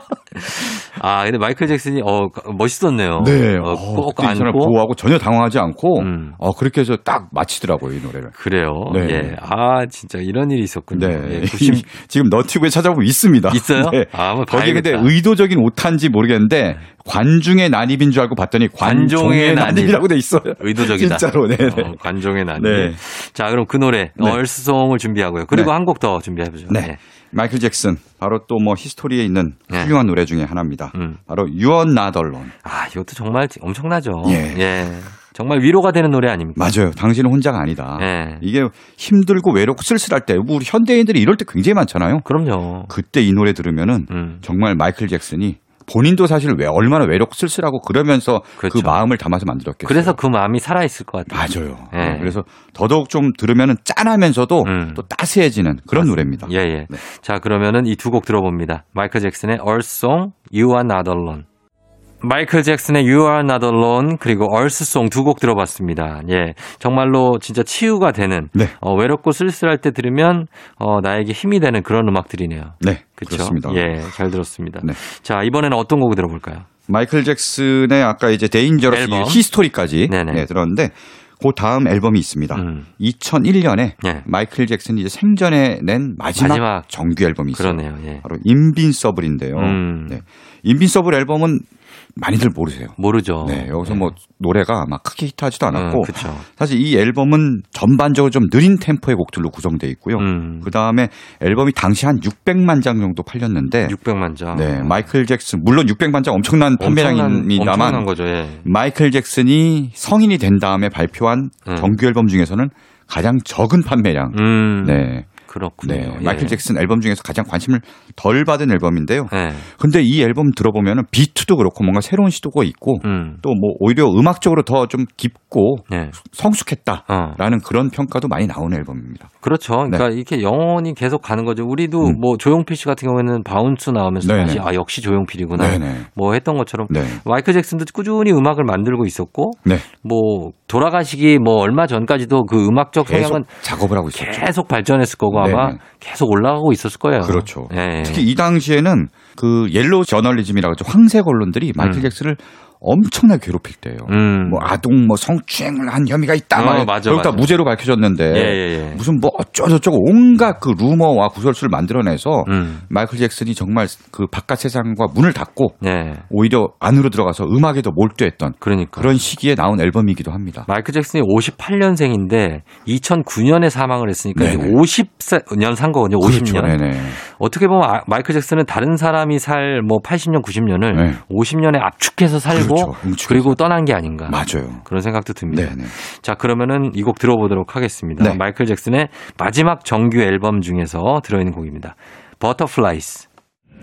S1: 아, 근데 마이클 잭슨이 어 멋있었네요.
S7: 네,
S1: 어,
S7: 어,
S1: 꼭
S7: 그때 이 사람을
S1: 안고
S7: 보호하고 전혀 당황하지 않고
S1: 음.
S7: 어, 그렇게 해서 딱 마치더라고요 이 노래를.
S1: 그래요.
S7: 네.
S1: 예. 아, 진짜 이런 일이 있었군요.
S7: 네,
S1: 예, 90
S7: 지금 너튜브에 찾아보면 있습니다.
S1: 있어요?
S7: 네.
S1: 아, 한번
S7: 거기 근데
S1: 봐야겠다.
S7: 의도적인 오타인지 모르겠는데 관중의 난입인 줄 알고 봤더니
S1: 관종의
S7: 관종의
S1: 난입.
S7: 난입이라고 돼 있어요.
S1: 의도적이다.
S7: 진짜로, 네, 네.
S1: 어, 관종의 난.
S7: 네.
S1: 자, 그럼 그 노래
S7: 네.
S1: 얼스송을 준비하고요. 그리고
S7: 네.
S1: 한 곡 더 준비해 보죠. 예.
S7: 네. 마이클 잭슨 바로 또 뭐 히스토리에 있는
S1: 네.
S7: 훌륭한 노래 중에 하나입니다.
S1: 음.
S7: 바로 유언 나덜론.
S1: 아, 이것도 정말 엄청나죠.
S7: 예.
S1: 정말 위로가 되는 노래 아닙니까?
S7: 맞아요. 당신은 혼자가 아니다.
S1: 예.
S7: 이게 힘들고 외롭고 쓸쓸할 때 우리 현대인들이 이럴 때 굉장히 많잖아요.
S1: 그럼요.
S7: 그때 이 노래 들으면은
S1: 음.
S7: 정말 마이클 잭슨이 본인도 사실 왜 얼마나 외롭고 쓸쓸하고 그러면서 그
S1: 그렇죠.
S7: 마음을 담아서 만들었겠어요.
S1: 그래서 그 마음이 살아 있을 것 같아요.
S7: 맞아요.
S1: 예.
S7: 네, 그래서 더더욱 좀 들으면은 짠하면서도
S1: 음.
S7: 또 따스해지는 그런 노래입니다.
S1: 예, 예.
S7: 네.
S1: 자, 그러면은 이 두 곡 들어봅니다. 마이클 잭슨의 얼송, You Are Not Alone. 마이클 잭슨의 You Are Not Alone 그리고 얼스송 두 곡 들어봤습니다. 예, 정말로 진짜 치유가 되는
S7: 네.
S1: 어, 외롭고 쓸쓸할 때 들으면 어, 나에게 힘이 되는 그런 음악들이네요.
S7: 네,
S1: 그렇죠?
S7: 그렇습니다.
S1: 예, 잘 들었습니다.
S7: 네.
S1: 자, 이번에는 어떤 곡을 들어볼까요?
S7: 마이클 잭슨의 아까 이제 데인저러스
S1: 앨범.
S7: 히스토리까지
S1: 네네.
S7: 네, 들었는데 그 다음 앨범이 있습니다.
S1: 음,
S7: 2001년에
S1: 네.
S7: 마이클 잭슨이 이제 생전에 낸 마지막,
S1: 마지막.
S7: 정규 앨범이 있어요.
S1: 그러네요. 예.
S7: 바로 인빈서블인데요.
S1: 음.
S7: 네. 인빈서블 앨범은 많이들 모르세요.
S1: 모르죠. 예.
S7: 네, 여기서 뭐 노래가 막 크게 히트하지도 않았고
S1: 어, 그렇죠.
S7: 사실 이 앨범은 전반적으로 좀 느린 템포의 곡들로 구성되어 있고요.
S1: 음,
S7: 그 다음에 앨범이 당시 한 600만 장 정도 팔렸는데
S1: 600만 장.
S7: 네, 마이클 잭슨 물론 600만 장 엄청난
S1: 엄청난,
S7: 판매량입니다만
S1: 엄청난 거죠. 예.
S7: 마이클 잭슨이 성인이 된 다음에 발표한
S1: 음.
S7: 정규 앨범 중에서는 가장 적은 판매량.
S1: 음,
S7: 네.
S1: 그렇군요.
S7: 네.
S1: 예.
S7: 마이클 잭슨 앨범 중에서 가장 관심을 덜 받은 앨범인데요.
S1: 예.
S7: 근데 이 앨범 들어보면은 비트도 그렇고 뭔가 새로운 시도가 있고
S1: 음.
S7: 또 뭐 오히려 음악적으로 더 좀 깊고
S1: 예.
S7: 성숙했다라는
S1: 어.
S7: 그런 평가도 많이 나오는 앨범입니다.
S1: 그렇죠. 그러니까 이렇게 영원히 계속 가는 거죠. 우리도
S7: 네. 음.
S1: 뭐 조용필 씨 같은 경우에는 바운스 나오면서
S7: 네네.
S1: 다시 아 역시 조용필이구나.
S7: 네네.
S1: 뭐 했던 것처럼
S7: 네.
S1: 마이클 잭슨도 꾸준히 음악을 만들고 있었고
S7: 네.
S1: 뭐 돌아가시기 뭐 얼마 전까지도 그 음악적
S7: 계속
S1: 성향은
S7: 작업을 하고 있었죠.
S1: 계속 발전했을 거고 아마
S7: 네네.
S1: 계속 올라가고 있었을 거예요.
S7: 그렇죠.
S1: 예.
S7: 특히 이 당시에는 그 옐로우 저널리즘이라고 하죠. 황색 언론들이 마이클
S1: 음.
S7: 잭슨을 엄청나게 괴롭힐 때예요.
S1: 음.
S7: 뭐 아동 뭐 성추행을 한 혐의가 있다.
S1: 어,
S7: 막
S1: 맞아,
S7: 그리고 다
S1: 맞아.
S7: 무죄로 밝혀졌는데
S1: 예, 예, 예.
S7: 무슨 뭐 어쩌고저쩌고 온갖 그 루머와 구설수를 만들어내서
S1: 음.
S7: 마이클 잭슨이 정말 그 바깥 세상과 문을 닫고
S1: 예.
S7: 오히려 안으로 들어가서 음악에 더 몰두했던
S1: 그러니까.
S7: 그런 시기에 나온 앨범이기도 합니다.
S1: 마이클 잭슨이 58년생인데 2009년에 사망을 했으니까 이제
S7: 네네.
S1: 50년 산 거거든요. 50년.
S7: 그렇죠. 네네.
S1: 어떻게 보면 아- 마이클 잭슨은 다른 사람이 살 뭐 80년, 90년을
S7: 네.
S1: 50년에 압축해서 살고
S7: 그렇죠. 응축해서.
S1: 그리고 떠난 게 아닌가.
S7: 맞아요.
S1: 그런 생각도 듭니다.
S7: 네네.
S1: 자, 그러면은 이 곡 들어보도록 하겠습니다.
S7: 네.
S1: 마이클 잭슨의 마지막 정규 앨범 중에서 들어있는 곡입니다. 버터플라이스.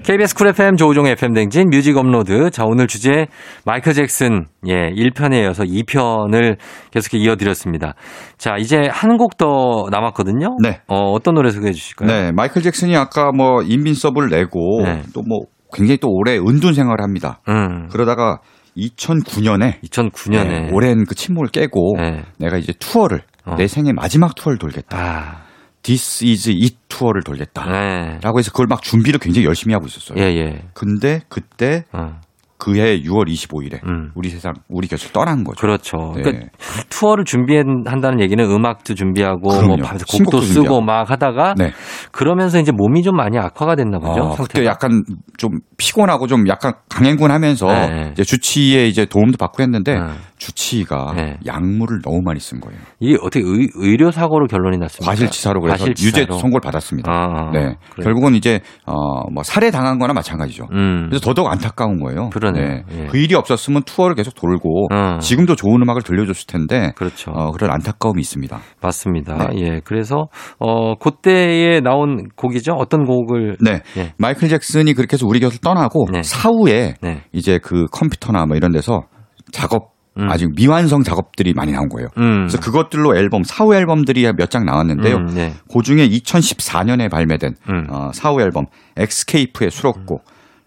S1: KBS 쿨 FM 조우종 FM 댕진 뮤직 업로드. 자, 오늘 주제 마이클 잭슨 예, 1편에 이어서 2편을 계속 이어 드렸습니다. 자, 이제 한 곡 더 남았거든요.
S7: 네.
S1: 어, 어떤 노래 소개해 주실까요?
S7: 네, 마이클 잭슨이 아까 뭐 인빈서블 내고
S1: 네.
S7: 또 뭐 굉장히 또 오래 은둔 생활을 합니다.
S1: 음.
S7: 그러다가 2009년에
S1: 2009년에
S7: 오랜 그 침묵을 깨고
S1: 네.
S7: 내가 이제 투어를
S1: 어.
S7: 내 생애 마지막 투어를 돌겠다.
S1: 아.
S7: This is it 투어를 돌겠다.
S1: 네.
S7: 라고 해서 그걸 막 준비를 굉장히 열심히 하고 있었어요.
S1: 예, 예.
S7: 근데 그때
S1: 어.
S7: 그해 6월 25일에
S1: 음.
S7: 우리 세상 우리 곁을 떠난 거죠.
S1: 그렇죠.
S7: 네.
S1: 그러니까 투어를 준비한다는 얘기는 음악도 준비하고 뭐
S7: 그럼요.
S1: 바- 곡도
S7: 신곡도
S1: 쓰고
S7: 준비하고.
S1: 막 하다가
S7: 네.
S1: 그러면서 이제 몸이 좀 많이 악화가 됐나 보죠.
S7: 어, 그때
S1: 상태가.
S7: 약간 좀 피곤하고 좀 약간 강행군 하면서
S1: 네.
S7: 이제 주치의 이제 도움도 받고 했는데
S1: 네.
S7: 주치의가
S1: 네.
S7: 약물을 너무 많이 쓴 거예요.
S1: 이게 어떻게 의, 료 사고로 결론이 났습니까?
S7: 과실치사로 그래서 유죄
S1: 과실치사로.
S7: 선고를 받았습니다.
S1: 아, 아,
S7: 네.
S1: 그래요.
S7: 결국은 이제 어뭐 살해 당한 거나 마찬가지죠.
S1: 음.
S7: 그래서 더더욱 안타까운 거예요.
S1: 그러네요.
S7: 네.
S1: 예.
S7: 그 일이 없었으면 투어를 계속 돌고
S1: 어.
S7: 지금도 좋은 음악을 들려줬을 텐데
S1: 그렇죠.
S7: 어, 그런 안타까움이 있습니다.
S1: 맞습니다.
S7: 네.
S1: 예. 그래서 어 그때에 나온 곡이죠. 어떤 곡을
S7: 네.
S1: 예.
S7: 마이클 잭슨이 그렇게 해서 우리 곁을 떠나고
S1: 네.
S7: 사후에
S1: 네.
S7: 이제 그 컴퓨터나 뭐 이런 데서 작업
S1: 음.
S7: 아직 미완성 작업들이 많이 나온 거예요.
S1: 음.
S7: 그래서 그것들로 앨범 사후 앨범들이 몇 장 나왔는데요.
S1: 음, 네.
S7: 그 중에 2014년에 발매된
S1: 음.
S7: 어, 사후 앨범 엑스케이프의 수록곡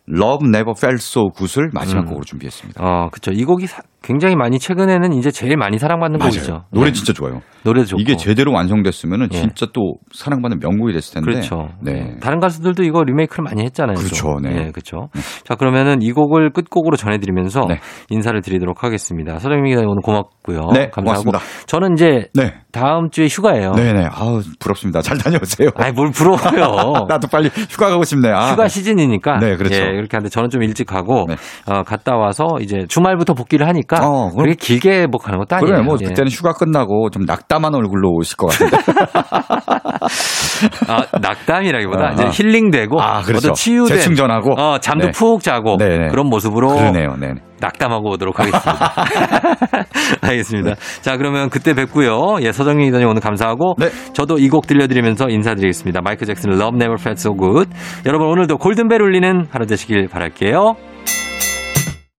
S7: Love Never Felt So 굿을 마지막
S1: 음.
S7: 곡으로 준비했습니다.
S1: 어, 그렇죠. 이 곡이 사- 굉장히 많이 최근에는 이제 제일 많이 사랑받는 곡이죠.
S7: 노래
S1: 네.
S7: 진짜 좋아요.
S1: 노래도 좋고.
S7: 이게 제대로 완성됐으면
S1: 예.
S7: 진짜 또 사랑받는 명곡이 됐을 텐데.
S1: 그렇죠.
S7: 네.
S1: 예. 다른 가수들도 이거 리메이크를 많이 했잖아요. 또.
S7: 그렇죠. 네.
S1: 예, 그렇죠. 자, 그러면은 이 곡을 끝곡으로 전해드리면서
S7: 네.
S1: 인사를 드리도록 하겠습니다. 서정민 기자님 오늘 고맙고요.
S7: 네,
S1: 감사하고. 어.
S7: 고맙습니다.
S1: 저는 이제
S7: 네.
S1: 다음 주에 휴가예요.
S7: 네네. 아우, 부럽습니다. 잘 다녀오세요.
S1: 아이, 뭘 부러워요.
S7: 나도 빨리 휴가 가고 싶네. 아,
S1: 어. 휴가 시즌이니까.
S7: 네, 그렇죠.
S1: 예, 이렇게 하는데 저는 좀 일찍 가고
S7: 네.
S1: 어, 갔다 와서 이제 주말부터 복귀를 하니까
S7: 어, 그럼-
S1: 그렇게 길게 뭐 가는 것도 아니에요.
S7: 그래, 뭐,
S1: 예.
S7: 그때는 휴가 끝나고 좀 낙담한 얼굴로 오실 것 같은데.
S1: 아, 낙담이라기보다
S7: 아,
S1: 이제
S7: 아.
S1: 힐링되고
S7: 아, 그렇죠.
S1: 어떤 치유된
S7: 재충전하고.
S1: 어, 잠도
S7: 네.
S1: 푹 자고
S7: 네, 네.
S1: 그런 모습으로
S7: 그러네요. 네네.
S1: 낙담하고 오도록 하겠습니다. 알겠습니다. 자, 그러면 그때 뵙고요. 예, 서정민 기자님 오늘 감사하고
S7: 네.
S1: 저도 이 곡 들려드리면서 인사드리겠습니다. 마이클 잭슨 Love Never Felt So Good. 여러분 오늘도 골든벨 울리는 하루 되시길 바랄게요.